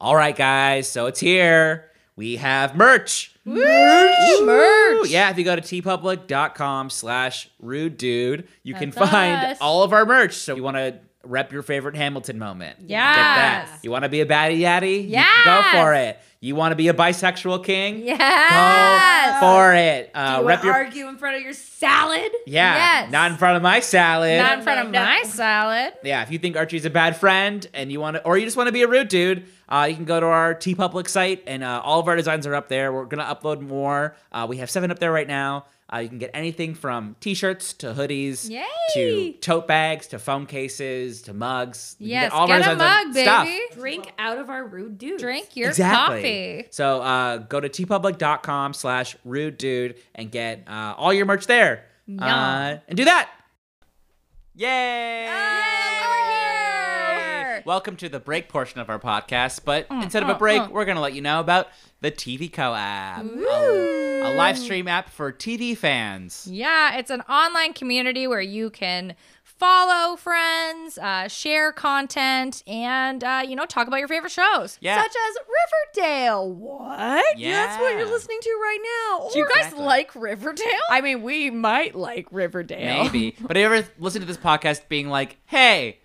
All right, guys, so it's here. We have merch.
Merch.
Merch. Yeah, if you go to tpublic.com slash rude dude, you can
That's
find
us.
all of our merch. So you want to rep your favorite Hamilton moment. Get
Yeah.
that. You want to be a baddie yaddy? You- Go
Yes.
for it. You want to be a bisexual king?
Yes.
Go for it.
Do
Uh, rep
you want to
your
argue in front of your salad?
yeah.
Yes.
Not in front of my salad.
Not in front of my salad.
yeah, if you think Archie's a bad friend and you want to, or you just want to be a rude dude, Uh, you can go to our T Public site, and uh, all of our designs are up there. We're gonna upload more. Uh, we have seven up there right now. Uh, you can get anything from T-shirts to hoodies
Yay!
to tote bags to phone cases to mugs. You can
Yes, get a
designs and
mug,
stuff.
baby.
Drink out of our rude dude.
Drink your
Exactly.
coffee.
So uh, go to tpublic.com slash rude dude and get uh, all your merch there. Uh, and do that. Yay! Welcome to the break portion of our podcast, but
Mm,
instead of a break, we're going to let you know about the TV Co app, a, a live stream app for TV fans.
Yeah, it's an online community where you can follow friends, uh, share content, and uh, you know talk about your favorite shows.
Yeah.
Such as Riverdale. What? That's what you're
Yeah.
listening to right now.
Do
Do
you
you guys
Exactly.
like Riverdale? I mean, we might like Riverdale.
Maybe. But have you ever listen to this podcast being like, hey,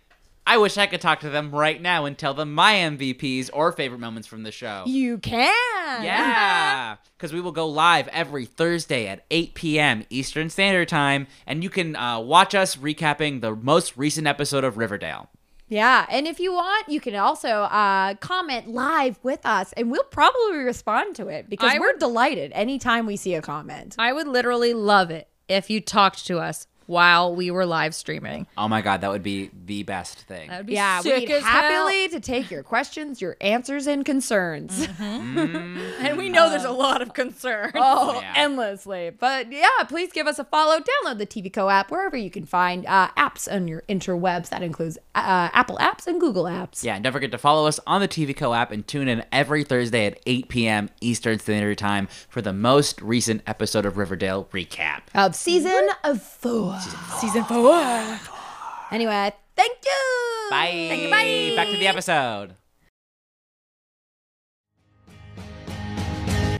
I wish I could talk to them right now and tell them my MVPs or favorite moments from the show?
You can.
Yeah, because we will go live every Thursday at 8 p.m. Eastern Standard Time, and you can uh, watch us recapping the most recent episode of Riverdale.
Yeah. And if you want, you can also uh, comment live with us and we'll probably respond to it because
I
we're delighted anytime we see a comment.
I would literally love it if you talked to us while we were live streaming.
Oh my God, that would be the best thing.
That would be
Yeah,
sick
we'd
as hell.
happily to take your questions, your answers, and concerns.
Mm-hmm.
Mm-hmm. Uh,
And we know there's a lot of concern.
Oh,
Yeah.
endlessly. But yeah, please give us a follow. Download the TV Co app wherever you can find uh, apps on your interwebs. That includes uh, Apple apps and Google apps.
Yeah, don't forget to follow us on the TV Co app and tune in every Thursday at 8 p.m. Eastern Standard Time for the most recent episode of Riverdale recap.
Of season of four. Season four. Anyway, thank you.
Bye.
Thank you. Bye.
Back to the episode.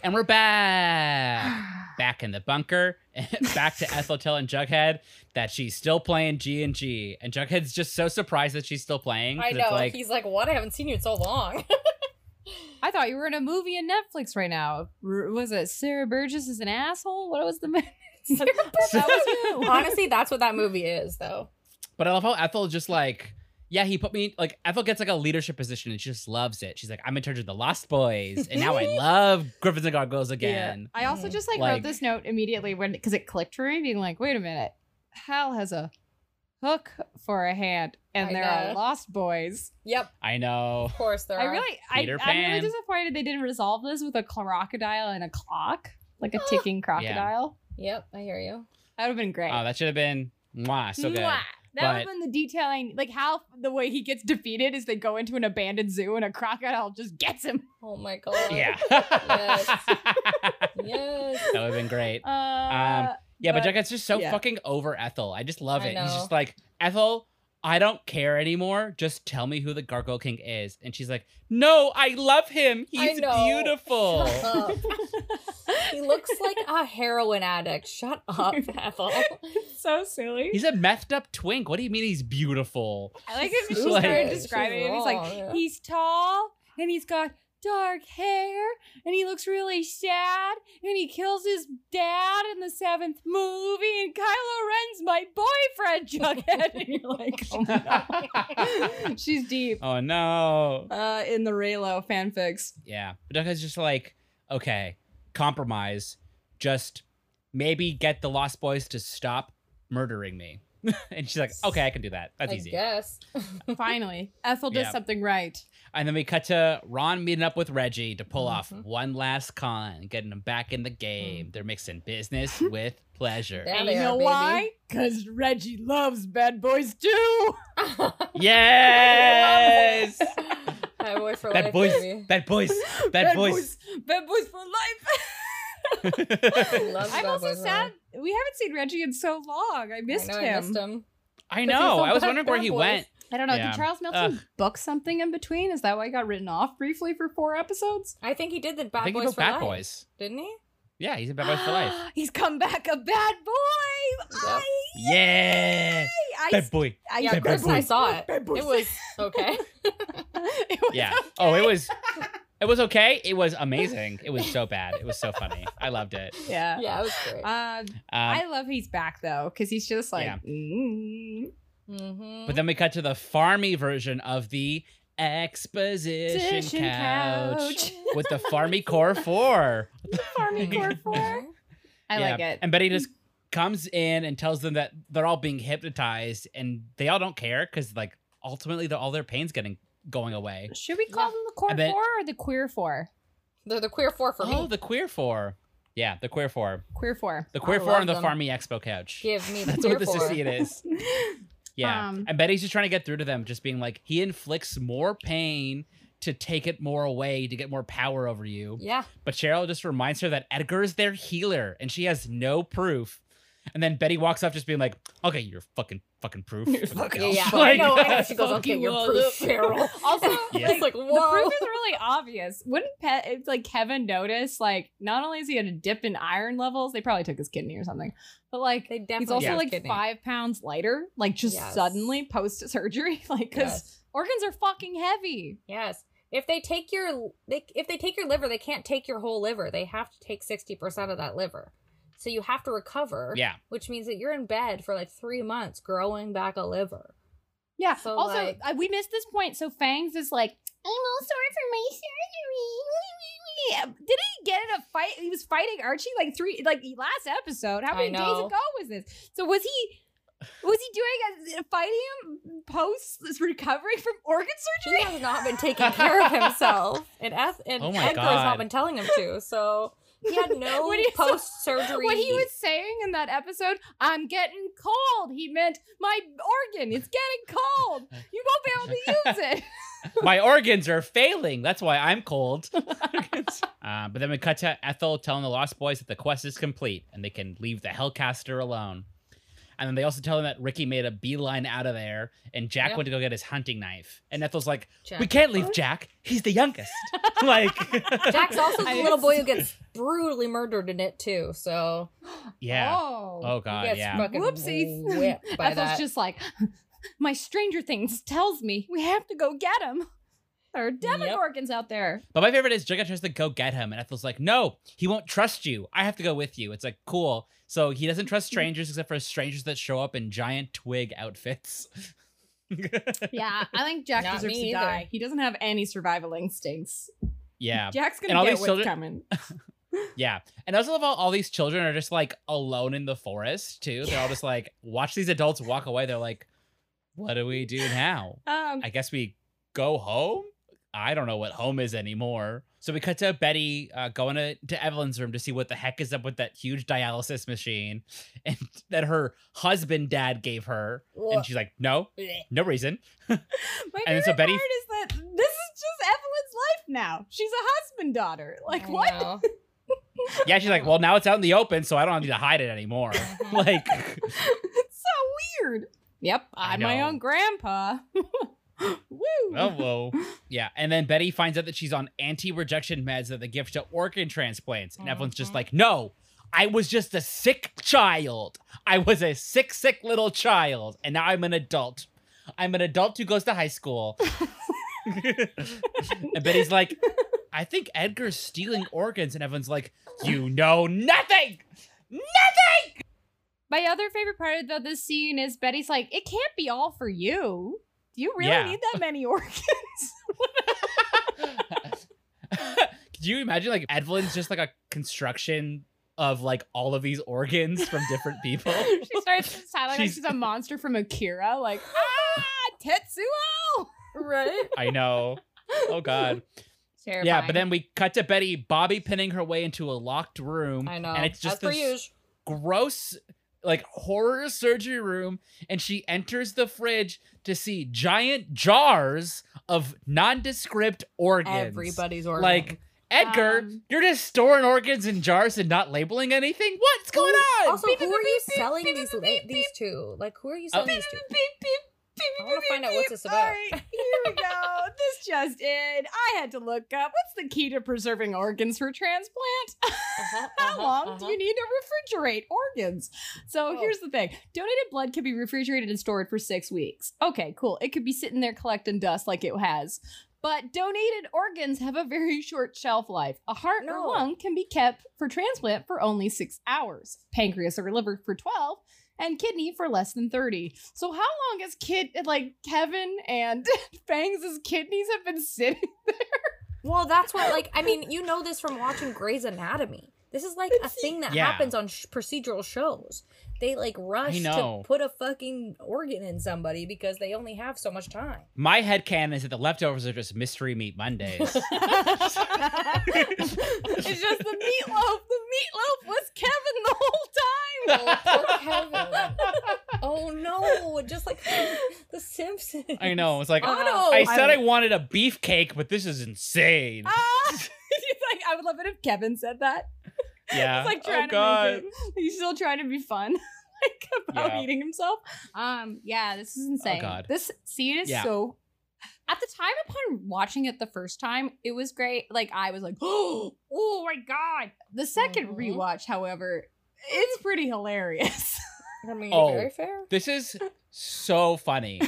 And we're back. back in the bunker. back to Etheltel and Jughead that she's still playing G and G. And Jughead's just so surprised that she's still playing.
I
'cause it's
know.
like,
He's like, what? I haven't seen you in so long.
I thought you were in a movie on Netflix right now. R- was it Sarah Burgess is an asshole? What was the movie? Sarah Burgess. that was you.
Honestly, that's what that movie is, though.
But I love how Ethel just like, yeah, he put me like Ethel gets like a leadership position and she just loves it. She's like, I'm in charge of the Lost Boys, and now I love Griffins and Gargoyles again. Mm-hmm.
I also just like,
Like-
wrote this note immediately when because it clicked for me, being like, wait a minute, Hal has a hook for a hand, and
I
there are
know.
Lost Boys.
Yep,
I know.
of course there
I
are.
really, I,
Peter
I'm
Pan.
really disappointed they didn't resolve this with a crocodile and a clock, like a ticking crocodile.
Yep, I hear you.
That would have been great.
Oh, that should have been mwah, so good.
Mwah. That would have
But-
been the detailing, like how the way he gets defeated is they go into an abandoned zoo and a crocodile just gets him.
Oh my god.
Yeah.
Yes.
that
Yes.
would have been great.
Uh,
Yeah, but,
But-
Jughead's just so
yeah.
fucking over Ethel. I just love
I
it. He's just
know.
like, Ethel, I don't care anymore. Just tell me who the Gargoyle King is. And she's like, No, I love him.
I
He's
know.
beautiful.
Shut up. Uh, he looks like a heroin addict. Shut up, Ethel.
so silly.
He's a methed up twink. What do you mean he's beautiful?
I like it when
She's
she started
like-
describing
she's
him. He's
wrong,
like,
yeah.
he's tall and he's got dark hair and he looks really sad and he kills his dad in the seventh movie and Kylo Ren's my boyfriend, Jughead. and you're like, oh no. She's deep
Oh no.
uh, in the Raylo fanfics.
Yeah. But Jughead's just like, okay, compromise. Just maybe get the Lost Boys to stop murdering me. and she's like, okay, I can do that. That's
I
easy.
guess.
Finally, Ethel does
Yeah.
something right.
And then we cut to Ron meeting up with Reggie to pull
Mhm.
off one last con, getting him back
Hmm.
in the game. They're mixing business with pleasure.
Yeah,
and
they
you
are,
know
baby.
why? Because Reggie loves bad boys too.
yes!
Bad boy for
Bad
life,
boys,
baby.
bad boys, bad boys.
Bad boys for life.
Love
I'm
Bad
also
Boys for
sad
Life.
we haven't seen Reggie in so long. I missed
I know,
him.
I missed him.
I know. I was wondering where he went.
I don't know.
Yeah.
Did Charles Melton book something in between? Is that why he got written off briefly for four episodes?
I think he did the
I
Bad
think he
Boys
wrote
for
Bad
Life,
Boys.
didn't he?
Yeah, he's in Bad Boys for Life.
He's come back a bad boy.
Yep.
Yeah,
I,
bad boy.
I-
Yeah,
Bad
Chris and I
Boys.
saw it.
Bad Boys.
It was okay.
It was
Yeah.
okay.
Oh, it was. It was okay. It was amazing. It was so bad. It was so funny. I loved it.
Yeah.
Yeah, it was great.
Um,
Um,
I love he's back though, because he's just like,
Yeah.
mm.
Mm-hmm.
But then we cut to the farmy version of the Exposition
Exposition
couch,
couch.
with the Farmy Core 4.
Farmy Core 4. I like
Yeah.
it.
And Betty just comes in and tells them that they're all being hypnotized and they all don't care because, like, ultimately they're, all their pain's getting going away.
Should we call them the Core
I bet-
4 or the Queer 4?
They're the queer four for
oh,
me.
the queer four. Yeah, the queer four.
Queer 4.
The queer four
love
on the
them.
Farmy Expo couch.
Give me the
That's
queer
what this
four.
is. It is. Yeah.
Um,
and Betty's just trying to get through to them, just being like, he inflicts more pain to take it more away, to get more power over you.
Yeah.
But Cheryl just reminds her that Edgar is their healer and she has no proof. And then Betty walks off just being like, okay, you're fucking, fucking proof. What the hell?
Yeah. I
Like,
know. I know. She goes,
fuck
okay,
you
you're
all
proof,
up."
Cheryl.
Also,
Yeah.
It's like,
The
whoa.
proof is really obvious. Wouldn't Pe- it's like Kevin notice? Like, not only is he at a dip in iron levels, they probably took his kidney or something, but like
They definitely
he's also
have
like
kidney.
five pounds lighter, like just
Yes.
suddenly post surgery, like because
Yes.
organs are fucking heavy.
Yes. If they take your they, if they take your liver, they can't take your whole liver. They have to take 60% of that liver. So you have to recover,
Yeah.
which means that you're in bed for like 3 months growing back a liver.
Yeah.
So,
also,
like-
uh, we missed this point. So Fangs is like, I'm all sore from my surgery. Did he get in a fight? He was fighting Archie like three, like last episode. How
I
many days
know.
ago was this? So was he? Was he doing a fighting him post this recovering from organ
He
surgery?
has not been taking care of himself. And Eth and
Oh my
Edgar's
God.
not been telling him to. So he had no
When he-
post-surgery.
What he was saying in that episode, I'm getting cold. He meant my organ is getting cold. You won't be able to use it.
My organs are failing. That's why I'm cold. uh, but then we cut to Ethel telling the Lost Boys that the quest is complete and they can leave the Hellcaster alone. And then they also tell them that Ricky made a beeline out of there and Jack
Yeah.
went to go get his hunting knife. And Ethel's like,
Jack.
we can't leave Jack. He's the youngest. like,
Jack's also the
I-
little boy who gets brutally murdered in it too. So
yeah.
Oh.
Oh, God,
he gets
yeah.
fucking
Whoopsies.
whipped by
Ethel's
that.
just like, my Stranger Things tells me we have to go get him. There are demogorgons out there.
But my favorite is Jughead tries to go get him, and Ethel's like, "No, he won't trust you. I have to go with you." It's like cool. So he doesn't trust strangers except for strangers that show up in giant twig outfits.
Yeah, I think Jack
Not
deserves
me
to
either.
die. He doesn't have any survival instincts.
yeah,
Jack's
And
gonna
all
get
these
what's
children-
coming.
yeah. And I also love how all these children are just like alone in the forest too. They're all just like, watch these adults walk away. They're like, "What do we do now?
Um,
I guess we go home." I don't know what home is anymore. So we cut to Betty uh, going to, to Evelyn's room to see what the heck is up with that huge dialysis machine. and that her husband dad gave her. And she's like, no, no reason.
my
and
favorite
so Betty-
part is that this is just Evelyn's life now. She's a husband daughter. Like
I
what?
know.
Yeah, she's like, well, now it's out in the open, so I don't need to hide it anymore. like,
it's so weird. Yep,
I
I'm my
know.
own grandpa. Woo!
oh, whoa. Yeah. And then Betty finds out that she's on anti rejection meds that they give to organ transplants. And Evelyn's just like, no, I was just a sick child. I was a sick, sick little child. And now I'm an adult. I'm an adult who goes to high school. and Betty's like, I think Edgar's stealing organs. And Evelyn's like, you know nothing.
My other favorite part about this scene is Betty's like, it can't be all for you. Do you really
Yeah.
need that many organs?
Could you imagine like Evelyn's just like a construction of like all of these organs from different people?
she starts to sound like
She's-
she's a monster from Akira, like, ah, Tetsuo!
right?
I know. Oh god. Yeah, but then we cut to Betty Bobby pinning her way into a locked room.
I know.
And it's just
As per
this
usual.
gross like horror surgery room and she enters the fridge to see giant jars of nondescript organs.
Everybody's organ.
Like Edgar,
Um,
you're just storing organs in jars and not labeling anything? What's going on?
Also, who are you selling these la- these two? Like, who are you
Oh.
selling these to? I want to find out what's this about.
All right, here we go. this just in. I had to look up what's the key to preserving organs for transplant?
Uh-huh,
How
uh-huh,
long do
uh-huh.
you need to refrigerate organs? So
Oh.
here's the thing donated blood can be refrigerated and stored for six weeks. Okay, cool. It could be sitting there collecting dust like it has. But donated organs have a very short shelf life. A heart
No.
or lung can be kept for transplant for only six hours, pancreas or liver for 12, and Kidney for less than 30. So how long has Kid like Kevin and Fangs' kidneys have been sitting?
Well, that's what, like, I mean, you know this from watching Grey's Anatomy. This is like a thing that
Yeah.
happens on sh- procedural shows. They like rush to
know.
put a fucking organ in somebody because they only have so much time.
My headcanon is that the leftovers are just mystery meat Mondays.
it's just the meatloaf. The meatloaf was Kevin the whole time.
Oh, poor Kevin. oh no! Just like the Simpsons.
I know. It's like
Oh no!
I said I, wanted a beefcake, but this is insane.
Ah,
Ah! He's like, I would love it if Kevin said that.
yeah.
It's like
oh
trying
god.
to make it. He's still trying to be fun. Like about
Yeah. Oh,
eating himself. Um, yeah, this is insane.
God.
This scene is
Yeah.
so at the time upon watching it the first time, it was great. Like I was like, oh my god. The 2nd
Mhm.
rewatch, however, it's pretty hilarious.
I mean,
Oh.
very fair.
This is so funny.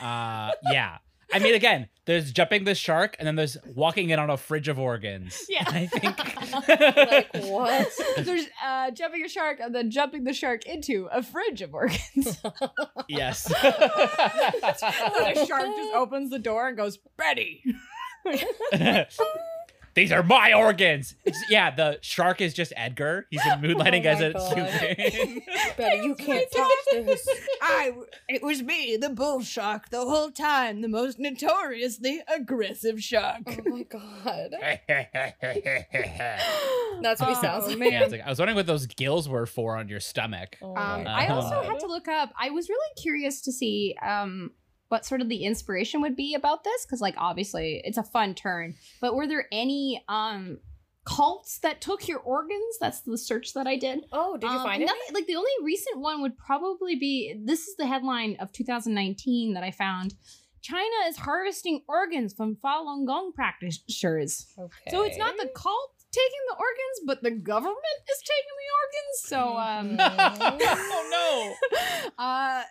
Uh yeah. I mean again, there's jumping the shark and then there's walking in on a fridge of organs.
Yeah.
I think
Like what?
There's uh jumping a shark and then jumping the shark into a fridge of organs.
Yes.
and the shark just opens the door and goes, Betty.
These are my organs. It's- yeah, the shark is just Edgar. He's in moonlighting
Oh
as
my
a
God.
human.
Betty, you can't touch this.
I, it was me, the bull shark, the whole time, the most notoriously aggressive shark.
Oh my god!
yeah,
That's
Um,
what he sounds like.
it's like, I was wondering what those gills were for on your stomach.
Oh
Um, I
my
also
God.
had to look up. I was really curious to see um, what sort of the inspiration would be about this, because like obviously it's a fun turn. But were there any um, cults that took your organs? That's the search that I did.
Oh, did you
Um,
find it?
nothing- Like the only recent one would probably be this is the headline of 2019 that I found. China is harvesting organs from Falun Gong practitioners.
Okay.
So it's not the cult taking the organs, but the government is taking the
Hmm.
organs. So um,
oh
uh, I-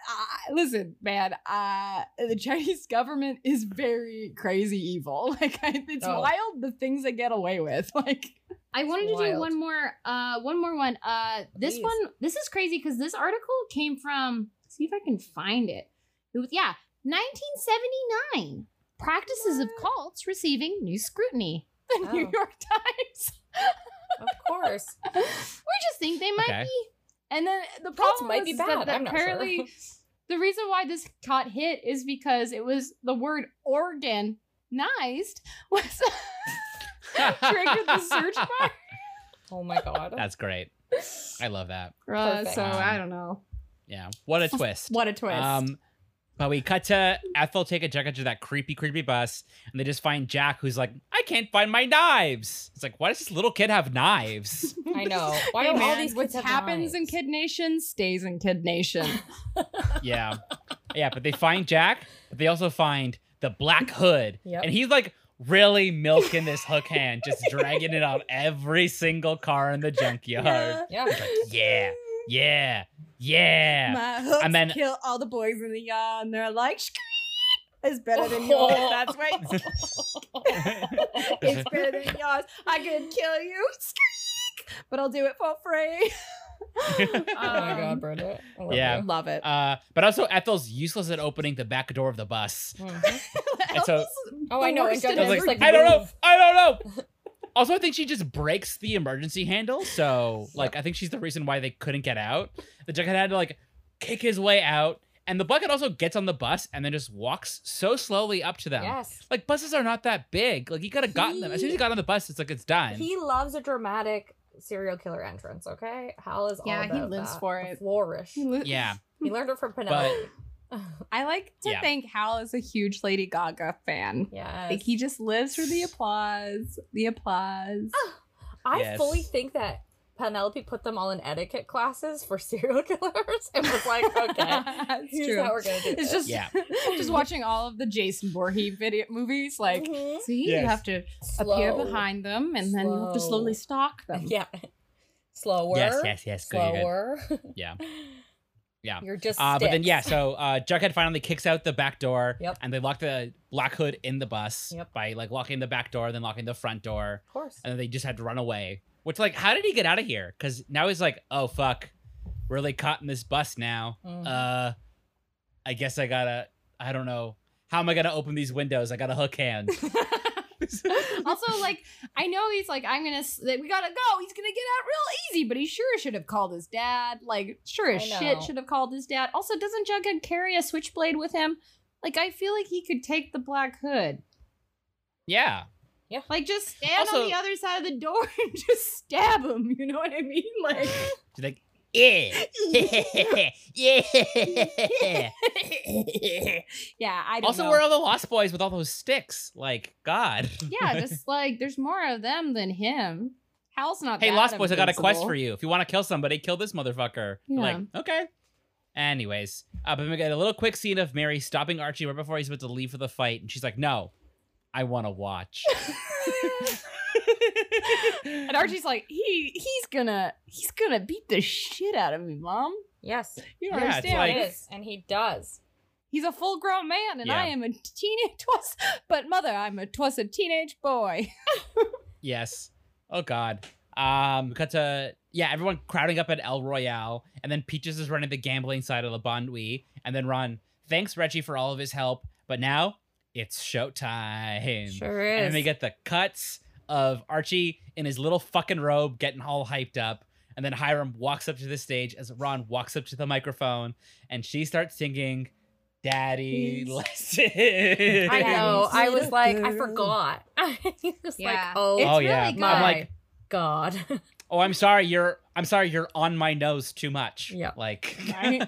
listen, man. Uh, the Chinese government is very crazy evil. Like, I, it's
Oh.
wild the things they get away with. Like, I wanted to
It's wild.
do one more, uh, one more one. Uh, this
Please.
one, this is crazy because this article came from. See if I can find it. It was yeah, 1979. Practices of cults receiving new scrutiny. The New
Oh.
York Times.
of course.
we just think they might
Okay.
be. And then the
Cults
problem
might
was
be
is
bad,
That, that
I'm not sure.
apparently, the reason why this got hit is because it was the word organized was
no.
triggered the search bar.
Oh my god.
That's great. I love that.
Uh, so
Um,
I don't know.
Yeah. What a twist.
What a twist.
Um, but we cut to Ethel take a Jack into that creepy, creepy bus, and they just find Jack, who's like, "I can't find my knives." It's like, why does this little kid have knives?
I know. Why
Hey,
do all
man,
these
what
kids have
happens in
knives?
Kid Nation stays in Kid Nation.
yeah, yeah. But they find Jack, but they also find the black hood,
Yep.
and he's like really milking this hook hand, just dragging it on every single car in the junkyard.
Yeah.
He's like, yeah, yeah, yeah.
My hooks
And then-
kill all the boys in the yard, and they're like, "Shk- it's better than
Oh.
yours. That's right. It's better than yours. I could kill you, Shk- but I'll do it for free.
Oh my
Um,
god, Brenda. I love
Yeah.
you.
Love it.
Uh, but also Ethel's useless at opening the back door of the bus.
Mhm.
And so
Oh, I know. And
worst
Jughead's
I was like,
just like,
I don't know,
move.
I don't know. Also, I think she just breaks the emergency handle, so like I think she's the reason why they couldn't get out. The Jughead had to like kick his way out, and the bucket also gets on the bus and then just walks so slowly up to them.
Yes.
Like buses are not that big. Like you could have gotten them as soon as you got on the bus. It's like it's done.
He loves a dramatic serial killer entrance, okay? Hal is all
Yeah, he
about
lives
that.
for
The
it.
Flourish.
yeah,
He learned it from Penelope.
I like to
Yeah.
think Hal is a huge Lady Gaga fan.
yes.
Like he just lives for the applause, the applause.
I
Yes.
fully think that Penelope put them all in etiquette classes for serial killers and was like, okay,
it's
here's
true.
how we're going to do
It's
this.
just
Yeah.
just watching all of the Jason Voorhees video movies. Like,
Mhm.
see,
Yes.
you have to appear
Slow.
behind them, and then you have to
Slow.
slowly stalk them.
Yeah. Slower.
yes, yes, yes. Good, you're good.
Slower.
Yeah. Yeah.
You're just.
Uh, but then
sticks.
yeah, so uh, Jughead finally kicks out the back door,
Yep.
and they lock the Black Hood in the bus
Yep.
by like locking the back door, then locking the front door,
Of course.
and then they just had to run away. Which like, how did he get out of here? Because now he's like, oh fuck, really caught in this bus now.
Mm. Mm-hmm.
Uh, I guess I gotta. I don't know. How am I gonna open these windows? I gotta hook hand.
also, like, I know he's like, I'm gonna, s- that we gotta go. He's gonna get out real easy, but he sure should have called his dad. Like, sure as
I
shit
know.
should have called his dad. Also, doesn't Jughead carry a switchblade with him? Like, I feel like he could take the Black Hood.
yeah.
Like, just stand
Also-
on the other side of the door and just stab him. You know what I mean? Like,
She's like, yeah, yeah.
yeah, I don't
also,
know.
where are the Lost Boys with all those sticks? Like, God.
yeah, just like there's more of them than him. Hal's not.
Hey,
that
Lost Boys, I got a quest for
invincible.
you. If you want to kill somebody, kill this motherfucker. You're Like, okay. Anyways, uh, but we get a little quick scene of Mary stopping Archie right before he's about to leave for the fight, and she's like, "No, I want to watch."
And Archie's like, he he's gonna he's gonna beat the shit out of me, mom.
Yes,
You don't
Yeah, it's
understand.
like-
it is, and he does.
he's a full grown man, and I
Yeah.
am a teenage twas. But mother, I'm a twas a teenage boy.
yes. Oh God. Um, cut to yeah, everyone crowding up at El Royale, and then Peaches is running the gambling side of the Bondui, and then Ron thanks Reggie for all of his help, but now it's showtime.
Sure
And then
is.
they get the cuts of Archie in his little fucking robe getting all hyped up. And then Hiram walks up to the stage as Ron walks up to the microphone and she starts singing Daddy Lessons.
I know. I was like, I
Girl.
forgot. I was
Yeah.
like, oh,
oh yeah.
my
I'm like,
god.
oh, I'm sorry, you're I'm sorry, you're on my nose too much.
Yeah.
Like
Right?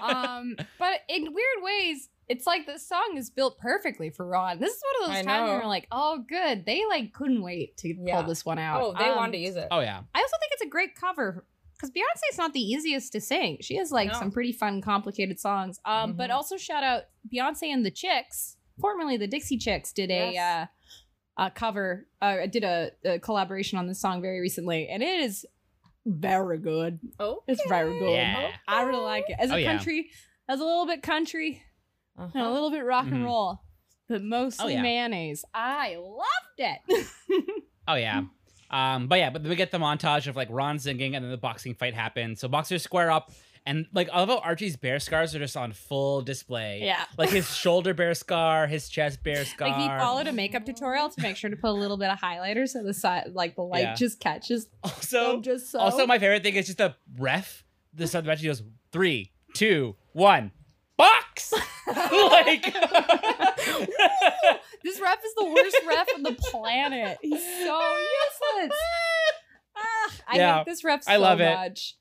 um, but in weird ways, it's like the song is built perfectly for Ron. This is one of those
I
times where
know.
we're like, oh, good, they like couldn't wait to
Yeah.
pull this one out.
oh, they
Um,
wanted to use it.
Oh yeah.
I also think it's a great cover because Beyonce's not the easiest to sing. She has like
No.
some pretty fun, complicated songs. Um, but
Mhm.
also shout out Beyonce and the Chicks, formerly the Dixie Chicks, did
Yes.
a uh, a cover, uh, did a, a collaboration on this song very recently, and it is very good.
Oh,
It's very good.
Yeah.
I really like it as a
Oh, yeah.
country, as a little bit country
Uh-huh.
and a little bit rock
Mhm.
and roll, but mostly
Oh, yeah.
mayonnaise. I loved it.
Oh yeah.
Hmm.
Um, but yeah, but then we get the montage of like Ron singing and then the boxing fight happens. So boxers square up and like although Archie's bear scars are just on full display.
yeah.
Like his shoulder bear scar, his chest bear scar.
Like he followed a makeup tutorial to make sure to put a little bit of highlighter so the side, like the light
Yeah.
just catches.
also,
them just so.
also my favorite thing is just the ref. The South Reggie goes three, two, one, box. like
this ref is the worst ref on the planet. He's so useless. Ah, I
Yeah.
hate this ref so
I love it.
much.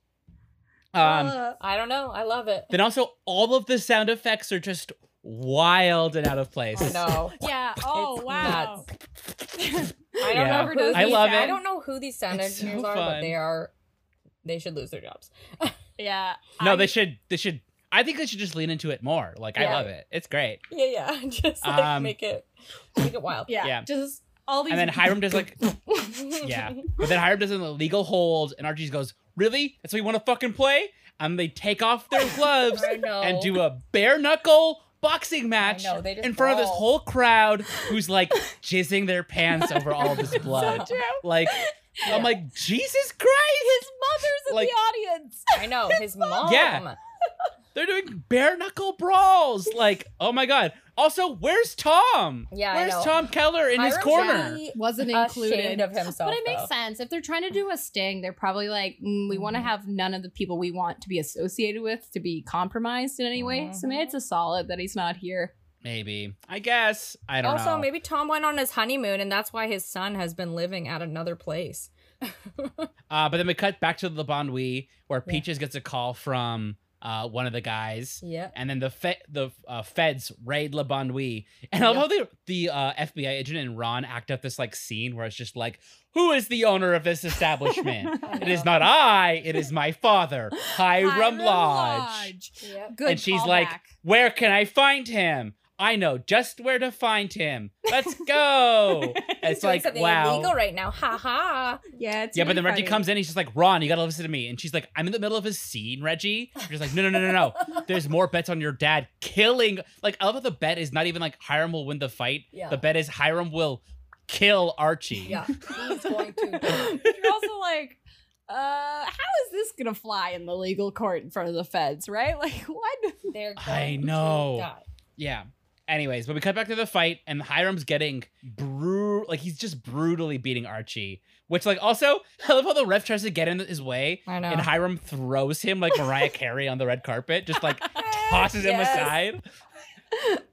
um,
Ugh.
I don't know. I love it.
then also all of the sound effects are just wild and out of place.
I know.
yeah. Oh
It's
wow.
I don't
Yeah.
know. Who
I
these-
love it.
I don't know who these sound
It's so
engineers are, but
fun.
they are. They should lose their jobs.
yeah.
No,
I-
they should. They should. I think they should just lean into it more. Like I
Yeah.
love it. It's great.
Yeah, yeah. Just like
Um,
make it, make it wild.
Yeah.
yeah.
Just all these.
And then Hiram does like, yeah. But then Hiram does an illegal hold, and Archie just goes, "Really? That's what you want to fucking play?" And they take off their gloves
I know.
and do a bare knuckle boxing
I
match
know, they just
in front of this
brawl.
whole crowd who's like jizzing their pants over all this blood.
true.
Like, I'm like, Jesus Christ!
his mother's in
Like-
the audience.
I know his mom.
Yeah. They're doing bare knuckle brawls. Like, oh my god. Also, where's Tom?
Yeah, I
Where's
know.
Tom Keller in his
Hiram's
corner?
really
Wasn't
Ashamed of himself.
But it makes
though.
sense. If they're trying
Hmm.
to do a sting, they're probably like, mm, we want to
Mm-hmm.
Mhm.
have none of the people we want to be associated with to be compromised in any way. So maybe
Mhm.
Mm-hmm.
it's a solid that he's not here.
Maybe. I guess. I don't
Also,
know.
maybe Tom went on his honeymoon, and that's why his son has been living at another place.
Uh, but then we cut back to the Bondui where
Yeah.
Peaches gets a call from uh, one of the guys.
Yeah.
And then the fe- the uh, feds raid Le Bondui. And I
Yeah.
love how the, the uh, FBI agent and Ron act up this like scene where it's just like, who is the owner of this establishment? it is not I, it is my father, Hiram, Lodge.
Yep.
Good.
And she's
callback.
like, Where can I find him? I know just where to find him. Let's go. And it's
Doing
like,
something
wow.
illegal right now. Ha ha.
Yeah, it's
yeah, but then Reggie comes in. He's just like, Ron, you gotta listen to me. And she's like, I'm in the middle of a scene, Reggie. I'm just like, no, no, no, no, no. There's more bets on your dad killing. Like, I love how the bet is not even like Hiram will win the fight.
Yeah.
The bet is Hiram will kill Archie.
Yeah. He's going to.
But you're also like,
uh, how is this gonna fly in the legal court in front of the feds, right? Like, what?
They're
I
going to
know.
die.
Yeah. Anyways, but we cut back to the fight, and Hiram's getting bru like he's just brutally beating Archie. Which, like, also I love how the ref tries to get in his way,
I know.
and Hiram throws him like Mariah Carey on the red carpet, just like tosses him
Yes.
aside.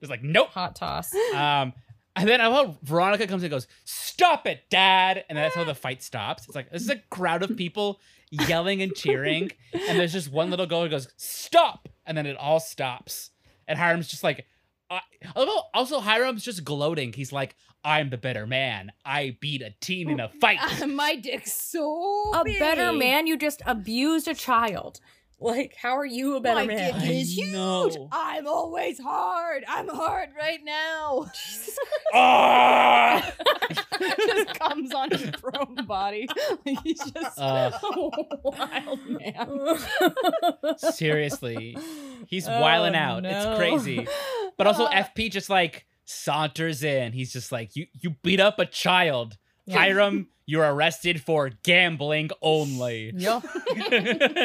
It's like, nope.
Hot toss.
Um, and then I love how Veronica comes and goes, "Stop it, Dad!" And that's how the fight stops. It's like this is a crowd of people yelling and cheering, and there's just one little girl who goes, "Stop!" And then it all stops. And Hiram's just like, I, I love how- also Hiram's just gloating. He's like, "I'm the better man. I beat a teen in a fight."
My dick's so
a
big.
better man. You just abused a child. Like, how are you a better
My
man?
dick is huge.
know.
I'm always hard. I'm hard right now.
Ah!
just comes on his prone body. Like, he's just
Uh,
a wild man.
seriously, he's
Oh,
wiling out.
no.
It's crazy. But also
Uh,
FP just like saunters in. He's just like, you you beat up a child. Hiram, you're arrested for gambling only.
Yup.
and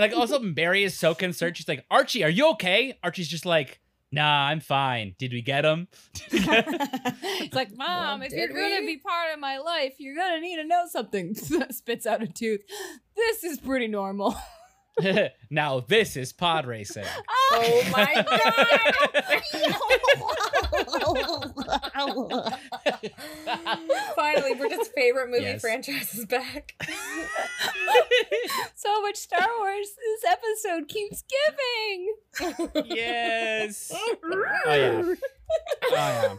like also Mary is so concerned. She's like, Archie, are you okay? Archie's just like, nah, I'm fine. Did we get him?
it's like, mom,
Well,
if you're
did
gonna
we?
be part of my life, you're gonna need to know something. Spits out a tooth. This is pretty normal.
now this is pod racing.
oh my god! Finally, Bridget's favorite movie
Yes.
franchise is back.
so much Star Wars. This episode keeps giving.
yes. Oh yeah. Oh yeah.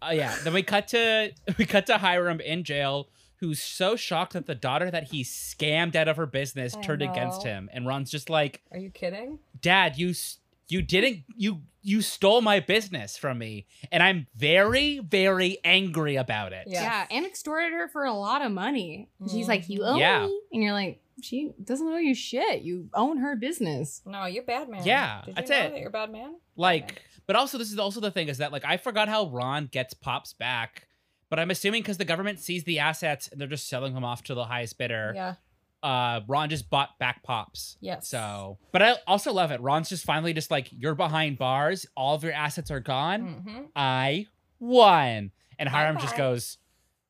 Oh yeah. Then we cut to we cut to Hiram in jail, who's so shocked that the daughter that he scammed out of her business
I
turned against
know.
him, and Ron's just like,
Are you kidding?
"Dad, you s- you didn't you you stole my business from me, and I'm very very angry about it."
Yes.
Yeah, and extorted her for a lot of money. She's like, you owe
Yeah.
me, and you're like, she doesn't owe you shit. You own her business.
No, you're bad man.
Yeah,
Did you
that's
know
it.
That you're a bad man.
Like, but also this is also the thing is that like I forgot how Ron gets Pops back. But I'm assuming because the government sees the assets and they're just selling them off to the highest bidder.
Yeah.
uh Ron just bought back pops.
Yes.
So, but I also love it. Ron's just finally just like you're behind bars, all of your assets are gone.
Mhm.
I won. And Hiram just
Bye-bye.
goes,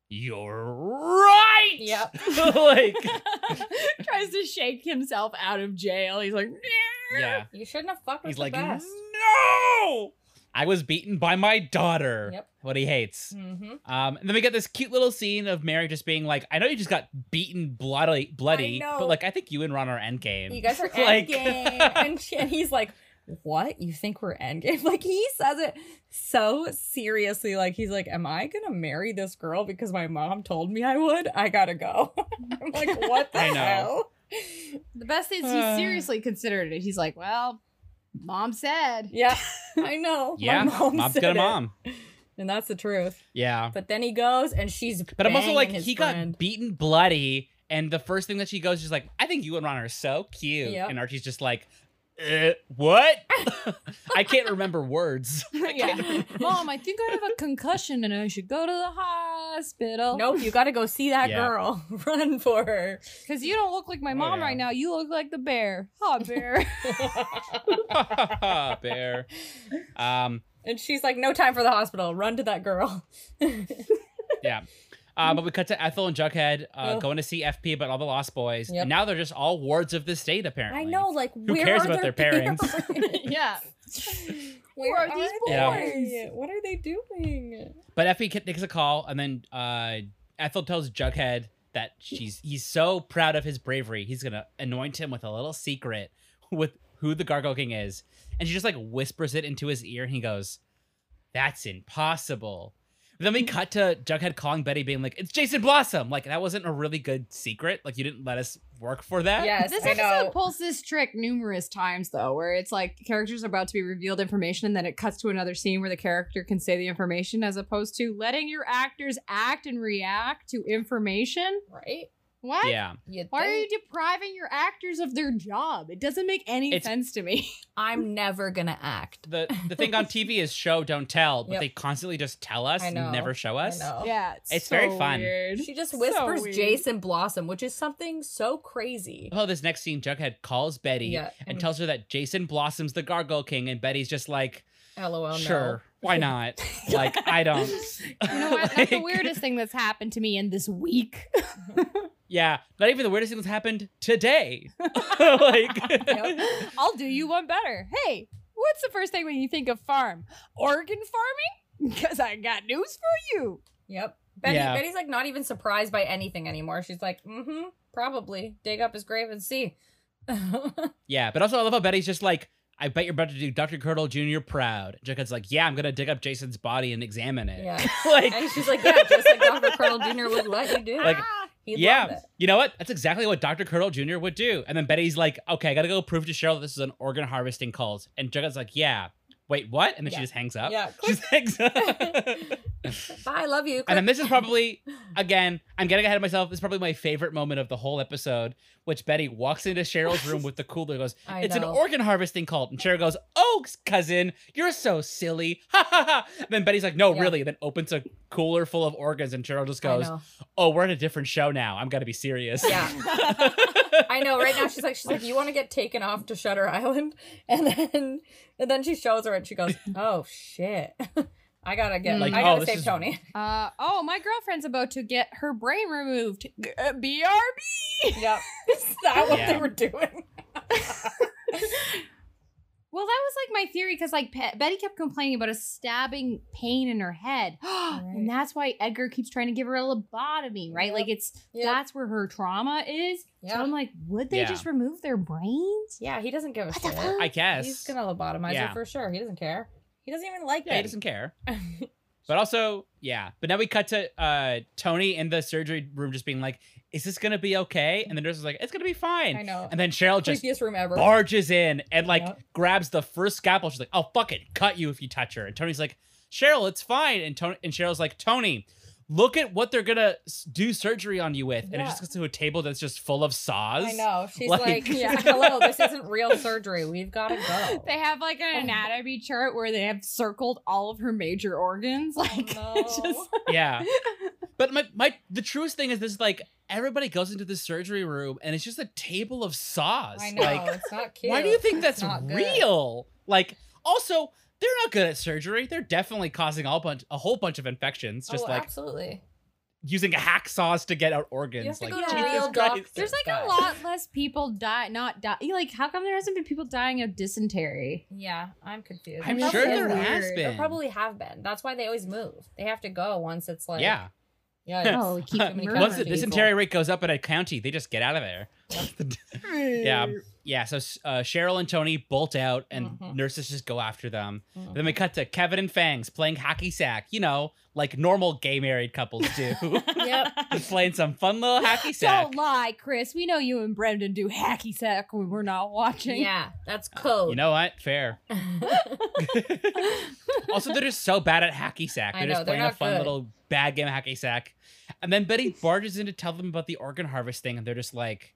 "You're right."
Yep.
like
Tries to shake himself out of jail. He's like,
yeah.
You shouldn't have fucked with
He's
the
like,
best.
"No!" I was beaten by my daughter.
Yep.
What he hates.
Mm-hmm.
Um, and then we get this cute little scene of Mary just being like, "I know you just got beaten bloody, bloody,
know.
but like I think you and Ron are endgame."
You guys are
Like-
endgame, and, she, and he's like, "What? You think we're endgame?" Like he says it so seriously. Like he's like, "Am I gonna marry this girl because my mom told me I would? I gotta go." I'm like, "What the
I know.
hell?"
the best is he
Uh.
seriously considered it. He's like, well, mom said.
Yeah, I know.
yeah,
my mom
mom's
said
gonna
it.
mom.
and that's the truth.
Yeah.
But then he goes, and she's.
But I'm also
banging
like,
his
he
friend.
got beaten bloody, and the first thing that she goes, she's like, I think you and Ron are so cute.
Yep.
And Archie's just like, "Uh, what? I can't remember words.
yeah.
Oh,
Mom, I think I have a concussion and I should go to the hospital.
Nope, you got to go see that
Yeah.
girl. Run for her.
Because you don't look like my
Oh,
mom
yeah.
right now. You look like the bear. Ha, bear.
Bear. Um,
and she's like, no time for the hospital. Run to that girl.
uh, but we cut to Ethel and Jughead uh,
Ugh.
going to see FP, but all the Lost Boys.
Yep.
And now they're just all wards of the state, apparently.
I know, like, who where
cares
are
about their parents?
yeah.
where
are
are,
these
they?
boys?
What are they doing?
But Effie ki- takes a call, and then uh, Ethel tells Jughead that she's he's so proud of his bravery, he's gonna anoint him with a little secret with who the Gargoyle King is, and she just like whispers it into his ear, and he goes, "That's impossible." But then we cut to Jughead calling Betty, being like, "It's Jason Blossom." Like that wasn't a really good secret. Like you didn't let us work for that.
Yes,
This
I
episode
know.
pulls this trick numerous times though, where it's like characters are about to be revealed information, and then it cuts to another scene where the character can say the information, as opposed to letting your actors act and react to information.
Right?
What?
Yeah.
You'd
Why are you
think.
depriving your actors of their job? It doesn't make any
It's-
sense to me.
I'm never gonna act.
The the thing on TV is show don't tell, but
Yep.
they constantly just tell us
I
and
know.
never show us.
I know.
Yeah,
Oh, It's very fun.
weird.
She just
So
whispers
weird.
Jason Blossom, which is something so crazy.
Oh, this next scene, Jughead calls Betty
Yeah. Mm-hmm.
and tells her that Jason blossoms the Gargoyle King, and Betty's just like,
LOL. no.
sure, why not? like, I don't.
You know what? That's the
Like,
weirdest thing that's happened to me in this week.
Yeah, not even the weirdest thing that's happened today. like,
I'll do you one better. Hey, what's the first thing when you think of farm? Organ farming? Because I got news for you.
Yep. Betty,
Yeah.
Betty's like not even surprised by anything anymore. She's like, mm-hmm, probably. Dig up his grave and see.
yeah, but also I love how Betty's just like, I bet you're about to do Dr. Curdle Jr. proud. Jughead's like, yeah, I'm gonna dig up Jason's body and examine it.
yeah.
like,
And she's like, yeah, just like Dr. Carl Jr. would let you do.
Like,
He'd love
yeah,
it.
you know what? That's exactly what Dr. Curdle Jr. would do. And then Betty's like, okay, I gotta go prove to Cheryl that this is an organ harvesting cult. And Jughead's like, yeah, wait, what? And then she
Yeah.
just hangs up.
Yeah.
She just hangs up.
Bye, love you.
and then this is probably, again, I'm getting ahead of myself. This is probably my favorite moment of the whole episode, which Betty walks into Cheryl's room with the cooler and goes,
I
it's an
know.
organ harvesting cult. And Cheryl goes, Oh, cousin, you're so silly. Ha ha ha. And then Betty's like, No,
Yeah.
really. And then opens a cooler full of organs. And Cheryl just
I
goes,
know.
Oh, we're at a different show now. I'm going to be serious.
Yeah. I know. Right now, she's like, she's like, you want to get taken off to Shutter Island, and then and then she shows her, and she goes, oh shit, I gotta get,
Like,
I
oh,
gotta
this
save
is-
Tony.
Uh oh, my girlfriend's about to get her brain removed. G- uh, BRB.
yep, is that what
Yeah.
they were doing?
Well, that was like my theory because like Pe- Betty kept complaining about a stabbing pain in her head, and that's why Edgar keeps trying to give her a lobotomy, right?
Yep.
Like it's
Yep.
that's where her trauma is. So
Yeah.
I'm like, would they
Yeah.
just remove their brains?
Yeah, he doesn't give a shit.
I guess.
He's gonna lobotomize
Yeah.
her for sure. He doesn't care. He doesn't even like
yeah, he
it.
doesn't care. But also, yeah. But now we cut to uh, Tony in the surgery room just being like, Is this going to be okay? And the nurse is like, It's going to be fine.
I know.
And then Cheryl just
Creepiest room ever.
barges in and like
Yep.
grabs the first scalpel. She's like, "I'll fucking cut you if you touch her." And Tony's like, "Cheryl, it's fine." And Tony and Cheryl's like, "Tony, look at what they're gonna s- do surgery on you with." And it
Yeah.
just goes to a table that's just full of saws.
I know. She's
Like-
like, yeah. hello, this isn't real surgery. We've gotta go.
They have like an anatomy chart where they have circled all of her major organs. Like, it's
no.
just
Yeah. But my my the truest thing is this: like everybody goes into the surgery room and it's just a table of saws.
I know.
Like,
it's not cute.
why do you think
It's
that's
not good.
real? Like, also. They're not good at surgery. They're definitely causing all bunch, a whole bunch of infections. Just
oh,
like
absolutely.
using hacksaws to get out organs.
You have to
like,
go to a
Jesus
real
Christ.
doctor.
there's like a
guys.
lot less people die, not die. Like, how come there hasn't been people dying of dysentery?
Yeah, I'm confused.
I'm
They
sure
probably
there
have
has
been.
been.
There probably have been. That's why they always move. They have to go once it's like
yeah.
yeah.
Oh, we keep
too many
Once the
people.
dysentery rate goes up in a county, they just get out of there. yeah. Yeah. So uh, Cheryl and Tony bolt out, and
Mhm.
nurses just go after them.
Mhm.
Then we cut to Kevin and Fangs playing hockey sack, you know, like normal gay married couples do.
yep.
just playing some fun little hockey sack.
Don't lie, Chris. We know you and Brendan do hacky sack when we're not watching.
Yeah, that's code.
Uh, You know what? Fair. also, they're just so bad at hacky sack.
I
They're
know,
just
they're
playing a
not
fun
good.
little bad game of hacky sack. And then Betty barges in to tell them about the organ harvest thing, and they're just like,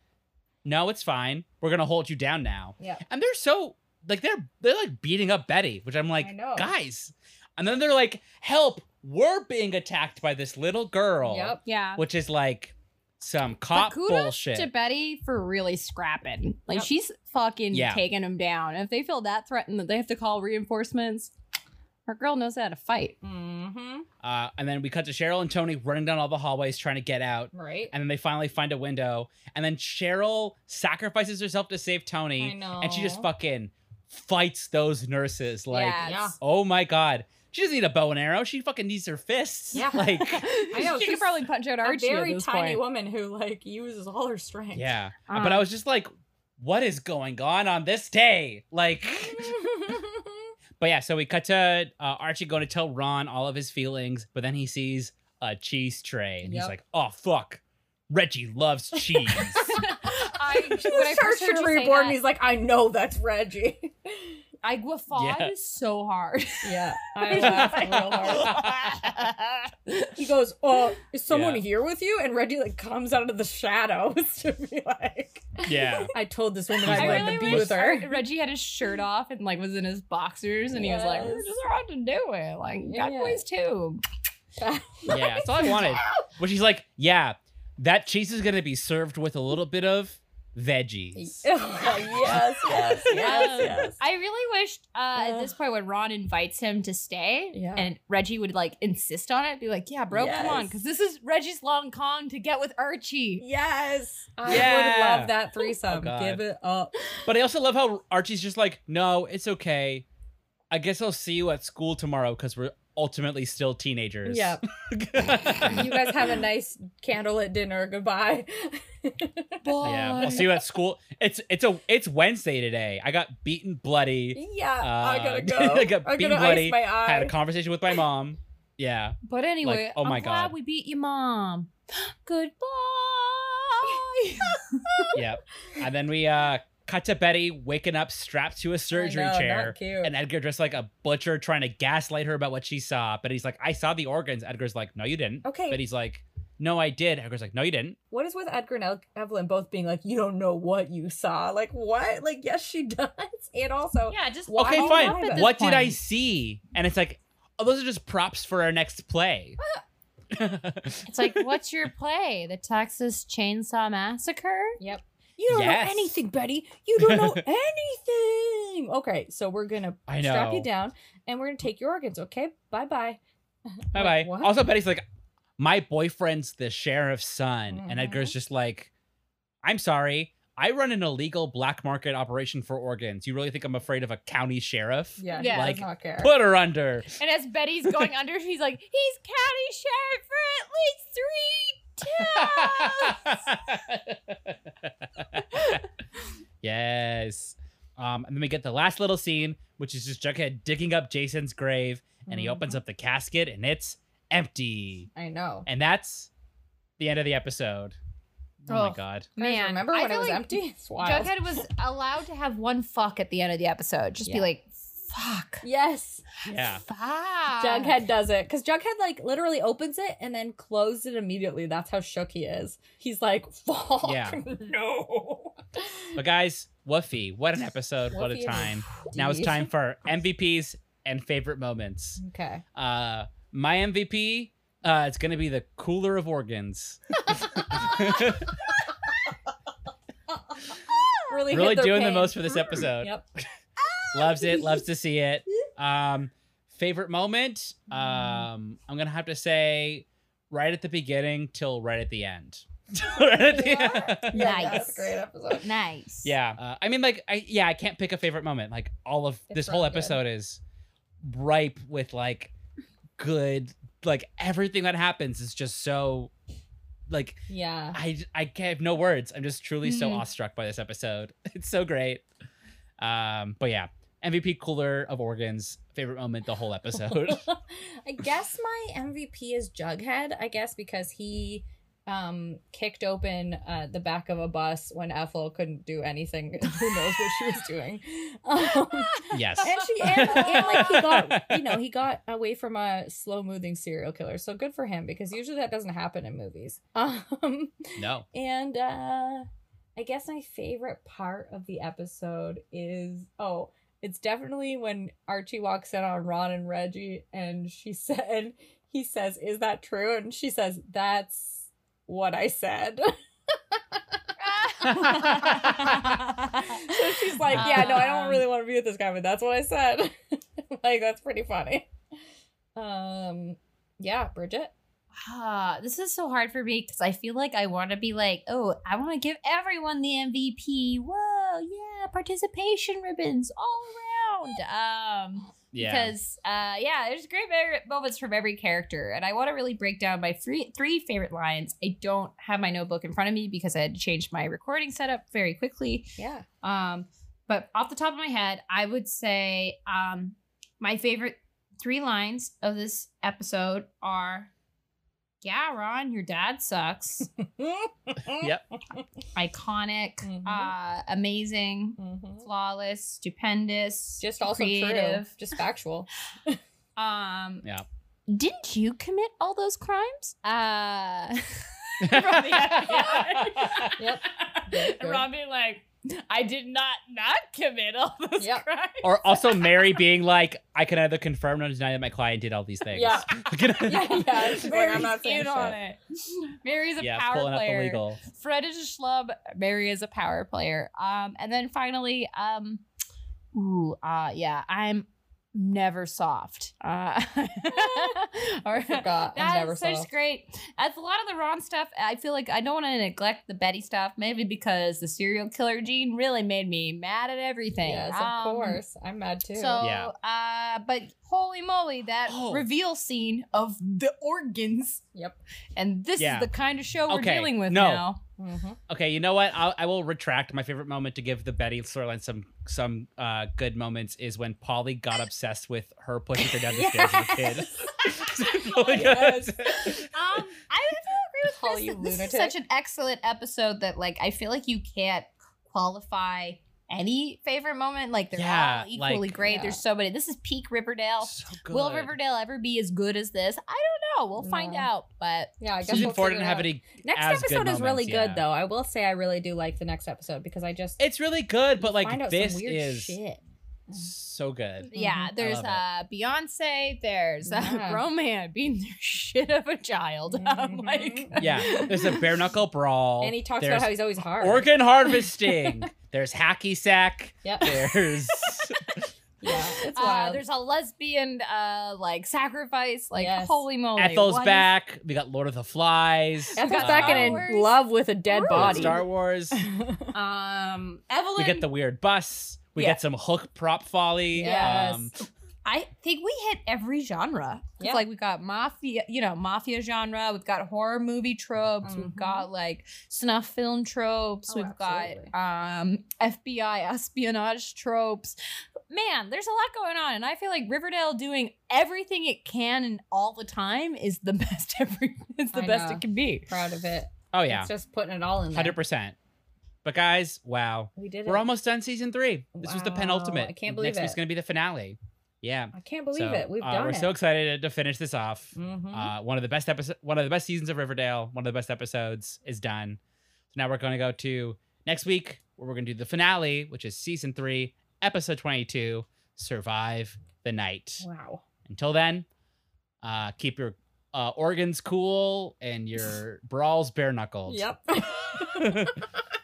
"No, it's fine. We're gonna hold you down now."
Yeah.
And they're so like they're they're like beating up Betty, which I'm like,
know.
guys. And then they're like, "Help! We're being attacked by this little girl,"
Yep.
Yeah.
which is like some
But
cop
kudos
bullshit.
to Betty for really scrapping. Like
Yep.
she's fucking
Yeah.
taking them down. And if they feel that threatened that they have to call reinforcements, her girl knows how to fight.
Mm-hmm.
uh, and then we cut to Cheryl and Tony running down all the hallways trying to get out.
Right.
and then they finally find a window and then cheryl sacrifices herself to save
I
tony
know.
and she just fucking fights those nurses like
Yeah.
oh my god she doesn't need a bow and arrow she fucking needs her fists
Yeah.
like
I know,
she could
she's
probably punch out
a
Archie.
very
at this
tiny
point.
woman who like uses all her strength.
yeah
Um,
but i was just like what is going on on this day like But yeah, so we cut to uh, Archie going to tell Ron all of his feelings, but then he sees a cheese tray and he's
Yep.
like, "Oh fuck, Reggie loves cheese."
I, when I first heard her
Charcuterie
say
board,
that-
and he's like, I know that's Reggie.
I guffawed
Yeah.
so hard.
Yeah, I laughed real hard. He goes, "Oh, is someone
Yeah.
here with you?" And Reggie like comes out of the shadows to be like,
Yeah.
"I told this woman
I
I'd like
really
to be
wish
with her."
Reggie had his shirt off and like was in his boxers, and he was like, "We're
Yes.
just hard to do it. Like, you got
Yeah.
boys too."
Yeah. That's all I wanted. But she's like, yeah, that cheese is gonna be served with a little bit of veggies.
yes, yes, yes, yes.
I really wish uh, at this point when Ron invites him to stay,
Yeah.
and Reggie would like insist on it, be like, "Yeah, bro, come on,
Yes.
because this is Reggie's long con to get with Archie."
Yes, I
Yeah. Oh,
would love that threesome.
God.
Give it up.
But I also love how Archie's just like, no, it's okay. I guess I'll see you at school tomorrow because we're ultimately still teenagers.
Yeah, you guys have a nice candlelit dinner. Goodbye.
Yeah, I'll see you at school. It's it's a it's Wednesday today. I got beaten bloody.
yeah, I
Uh,
gotta go.
I got
I'm
beaten
gonna
bloody,
ice my eye.
Had a conversation with my mom. Yeah.
But anyway,
oh my
I'm glad
God.
we beat your mom. Goodbye.
Yep. And then we uh cut to Betty waking up strapped to a surgery
I know,
chair.
Not cute.
And Edgar dressed like a butcher trying to gaslight her about what she saw. But he's like, I saw the organs. Edgar's like, No, you didn't.
okay,
But he's like, No, I did. Edgar's like, No, you didn't.
what is with Edgar and El- Evelyn both being like, you don't know what you saw? Like, what? Like, yes, she does. And also,
yeah, just
Why
okay,
would
fine.
I at this
What did I see? And it's like, Oh, those are just props for our next play.
Uh,
It's like, what's your play? The Texas Chainsaw Massacre?
you don't
Yes.
know anything, Betty. You don't know anything. Okay, so we're going to
I
strap
know.
you down and we're going to take your organs, okay? Bye bye.
Bye bye.
what?
Also, Betty's like, my boyfriend's the sheriff's son. And
Mhm.
Edgar's just like, I'm sorry. I run an illegal black market operation for organs. You really think I'm afraid of a county sheriff?
Yeah,
Yeah.
yeah
Like,
does not care.
Put her under.
And as Betty's going under, she's like, he's county sheriff for at least three towns.
yes. Um, and then we get the last little scene, which is just Jughead digging up Jason's grave, and he opens up the casket, and it's empty.
Mm-hmm. I know.
And that's the end of the episode. Oh, my
Oh.
god.
Man,
Man,
remember
I
when it
feel
was
like
empty? It's wild.
Jughead was allowed to have one fuck at the end of the episode. Just be
Yeah.
like, fuck.
Yes,
Yeah.
Fuck. Uh,
Jughead does it because Jughead like literally opens it and then closes it immediately. That's how shook he is. He's like, "Fuck,
Yeah.
no."
But guys, woofy, what an episode, what a
Woofy.
time. Now it's time for MVPs and favorite moments.
Okay.
Uh my MVP, uh it's going to be the cooler of organs.
Really, hit
really
their
doing the
pain.
most for this episode.
Yep.
Loves it, loves to see it. Um favorite moment, um I'm going to have to say right at the beginning till right at the end. right at the end.
Yeah,
Nice.
that's a great episode.
Nice.
Yeah. Uh, I mean, like, I yeah, I can't pick a favorite moment. Like, all of
It's
this whole
really good.
episode is ripe with like good, like everything that happens is just so, like,
Yeah.
I I can't I have no words. I'm just truly so
Mm-hmm.
Mhm.
awestruck by this episode. It's so great. Um, but yeah, MVP cooler of organs, favorite moment the whole episode.
I guess my MVP is Jughead. I guess because he um kicked open uh, the back of a bus when Ethel couldn't do anything. Who knows what she was doing? Um,
yes.
and she and, and like he got you know he got away from a slow moving serial killer so good for him because usually that doesn't happen in movies um
No.
and uh i guess my favorite part of the episode is oh it's definitely when archie walks in on ron and reggie and she said he says is that true and she says that's what i said so she's like,
Uh,
yeah, no,
Um.
I don't really want to be with this guy, but that's what I said. like, that's pretty funny. Um, yeah, Bridget.
Ah, this is so hard for me because I feel like I want to be like, oh, I want to give everyone the MVP. Whoa, yeah, participation ribbons all around. Um,
Yeah.
because uh, yeah, there's great mer- moments from every character, and I want to really break down my three three favorite lines. I don't have my notebook in front of me because I had to change my recording setup very quickly.
Yeah.
Um, but off the top of my head, I would say um, my favorite three lines of this episode are yeah, Ron, your dad sucks.
Mm-hmm.
Iconic,
Mhm.
uh, amazing,
Mhm.
flawless, stupendous,
Just also
creative.
true. Just factual.
Um,
Yeah.
Didn't you commit all those crimes? Uh,
Yep.
And Ron being like, I did not not commit all those
Yep.
crimes.
or also Mary being like, I can either confirm or deny that my client did all these things.
Yeah. Yeah, yeah. She's like, I'm
Mary's
not saying
in on
shit.
it. Mary's a
Yeah,
power
pulling up
player.
the legal.
Fred is a schlub. Mary is a power player. Um, and then finally, um, ooh, uh, yeah, I'm never soft. Uh, or,
forgot, I'm
That
never
is such
soft.
great. That's a lot of the Ron stuff. I feel like I don't want to neglect the Betty stuff, maybe because the serial killer gene really made me mad at everything.
Yes, of
Um,
course. I'm mad too.
So,
Yeah.
uh, but holy moly, that
Oh.
reveal scene of the organs.
Yep.
And this
Yeah.
is the kind of show we're
Okay,
dealing with
no.
now.
hmm
Okay, you know what? I'll, I will retract my favorite moment to give the Betty storyline some some uh, good moments is when Polly got obsessed with her pushing her down the stairs as a kid.
Oh, Yes.
Um, I feel
Call
agree
you
with this. This is
lunatic.
such an excellent episode that, like, I feel like you can't qualify any favorite moment. Like, they're
Yeah,
all equally
like-
great.
Yeah.
There's so many. This is peak Riverdale.
So
Will
good.
Riverdale ever be as good as this? I don't know. We'll find
No.
out. But
Yeah, I guess
Season
we'll
four
figure
didn't
it
have
out.
any.
Next
as good
episode is really
moments,
good
yeah.
though. I will say I really do like the next episode because I just
It's really good, but
find
like
out
this
some weird
is
shit.
so good.
yeah, there's
love it.
uh Beyonce, there's uh,
Yeah. Mm-hmm.
Roman being the shit of a child. I'm like,
Yeah, there's a bare knuckle brawl,
And he talks
there's
about how he's always hard.
organ harvesting. there's hacky sack.
Yep.
There's
Yeah, it's
Uh,
wild.
there's a lesbian uh like sacrifice, like
Yes.
holy moly.
Ethel's
what is
back. We got Lord of the Flies.
Ethel's
uh,
back and
Wars.
in love with a dead
we got
body.
Star Wars.
Um, Evelyn,
We get the weird bus. We
Yeah.
get some hook prop folly. Um,
Yes.
I think we hit every genre. It's
Yeah.
like we got mafia, you know, mafia genre. We've got horror movie tropes. We've
Mhm.
got like snuff film tropes.
Oh,
We've
absolutely.
got um FBI espionage tropes. Man, there's a lot going on, and I feel like Riverdale doing everything it can and all the time is the best. Every is the
I
best
know.
it can be.
Proud of it.
oh yeah,
It's just putting it all in there.
hundred percent. But guys, wow,
We did it.
we're almost done season three. This was the
Wow,
penultimate.
I can't believe
Next week's
it.
gonna be the finale. Yeah,
I can't believe
So,
it. We've
uh,
done
We're
it.
so excited to finish this off.
Mhm.
Uh, one of the best episode, one of the best seasons of Riverdale, one of the best episodes is done. So now we're going to go to next week where we're going to do the finale, which is season three, episode twenty-two, "Survive the Night."
wow.
Until then, uh, keep your uh, organs cool and your brawls bare knuckled.
Yep.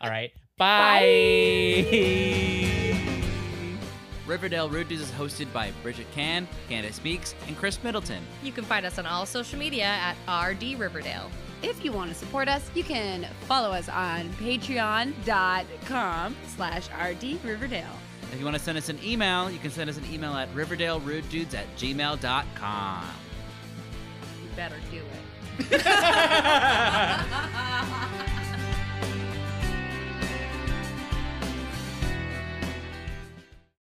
All right. Bye.
Riverdale Rude Dudes is hosted by Bridget Can, Candace Meeks, and Chris Middleton.
You can find us on all social media at RD Riverdale.
If you want to support us, you can follow us on patreon.com slash RD Riverdale.
If you want to send us an email, you can send us an email at riverdalerudedudes at gmail.com.
You better do it.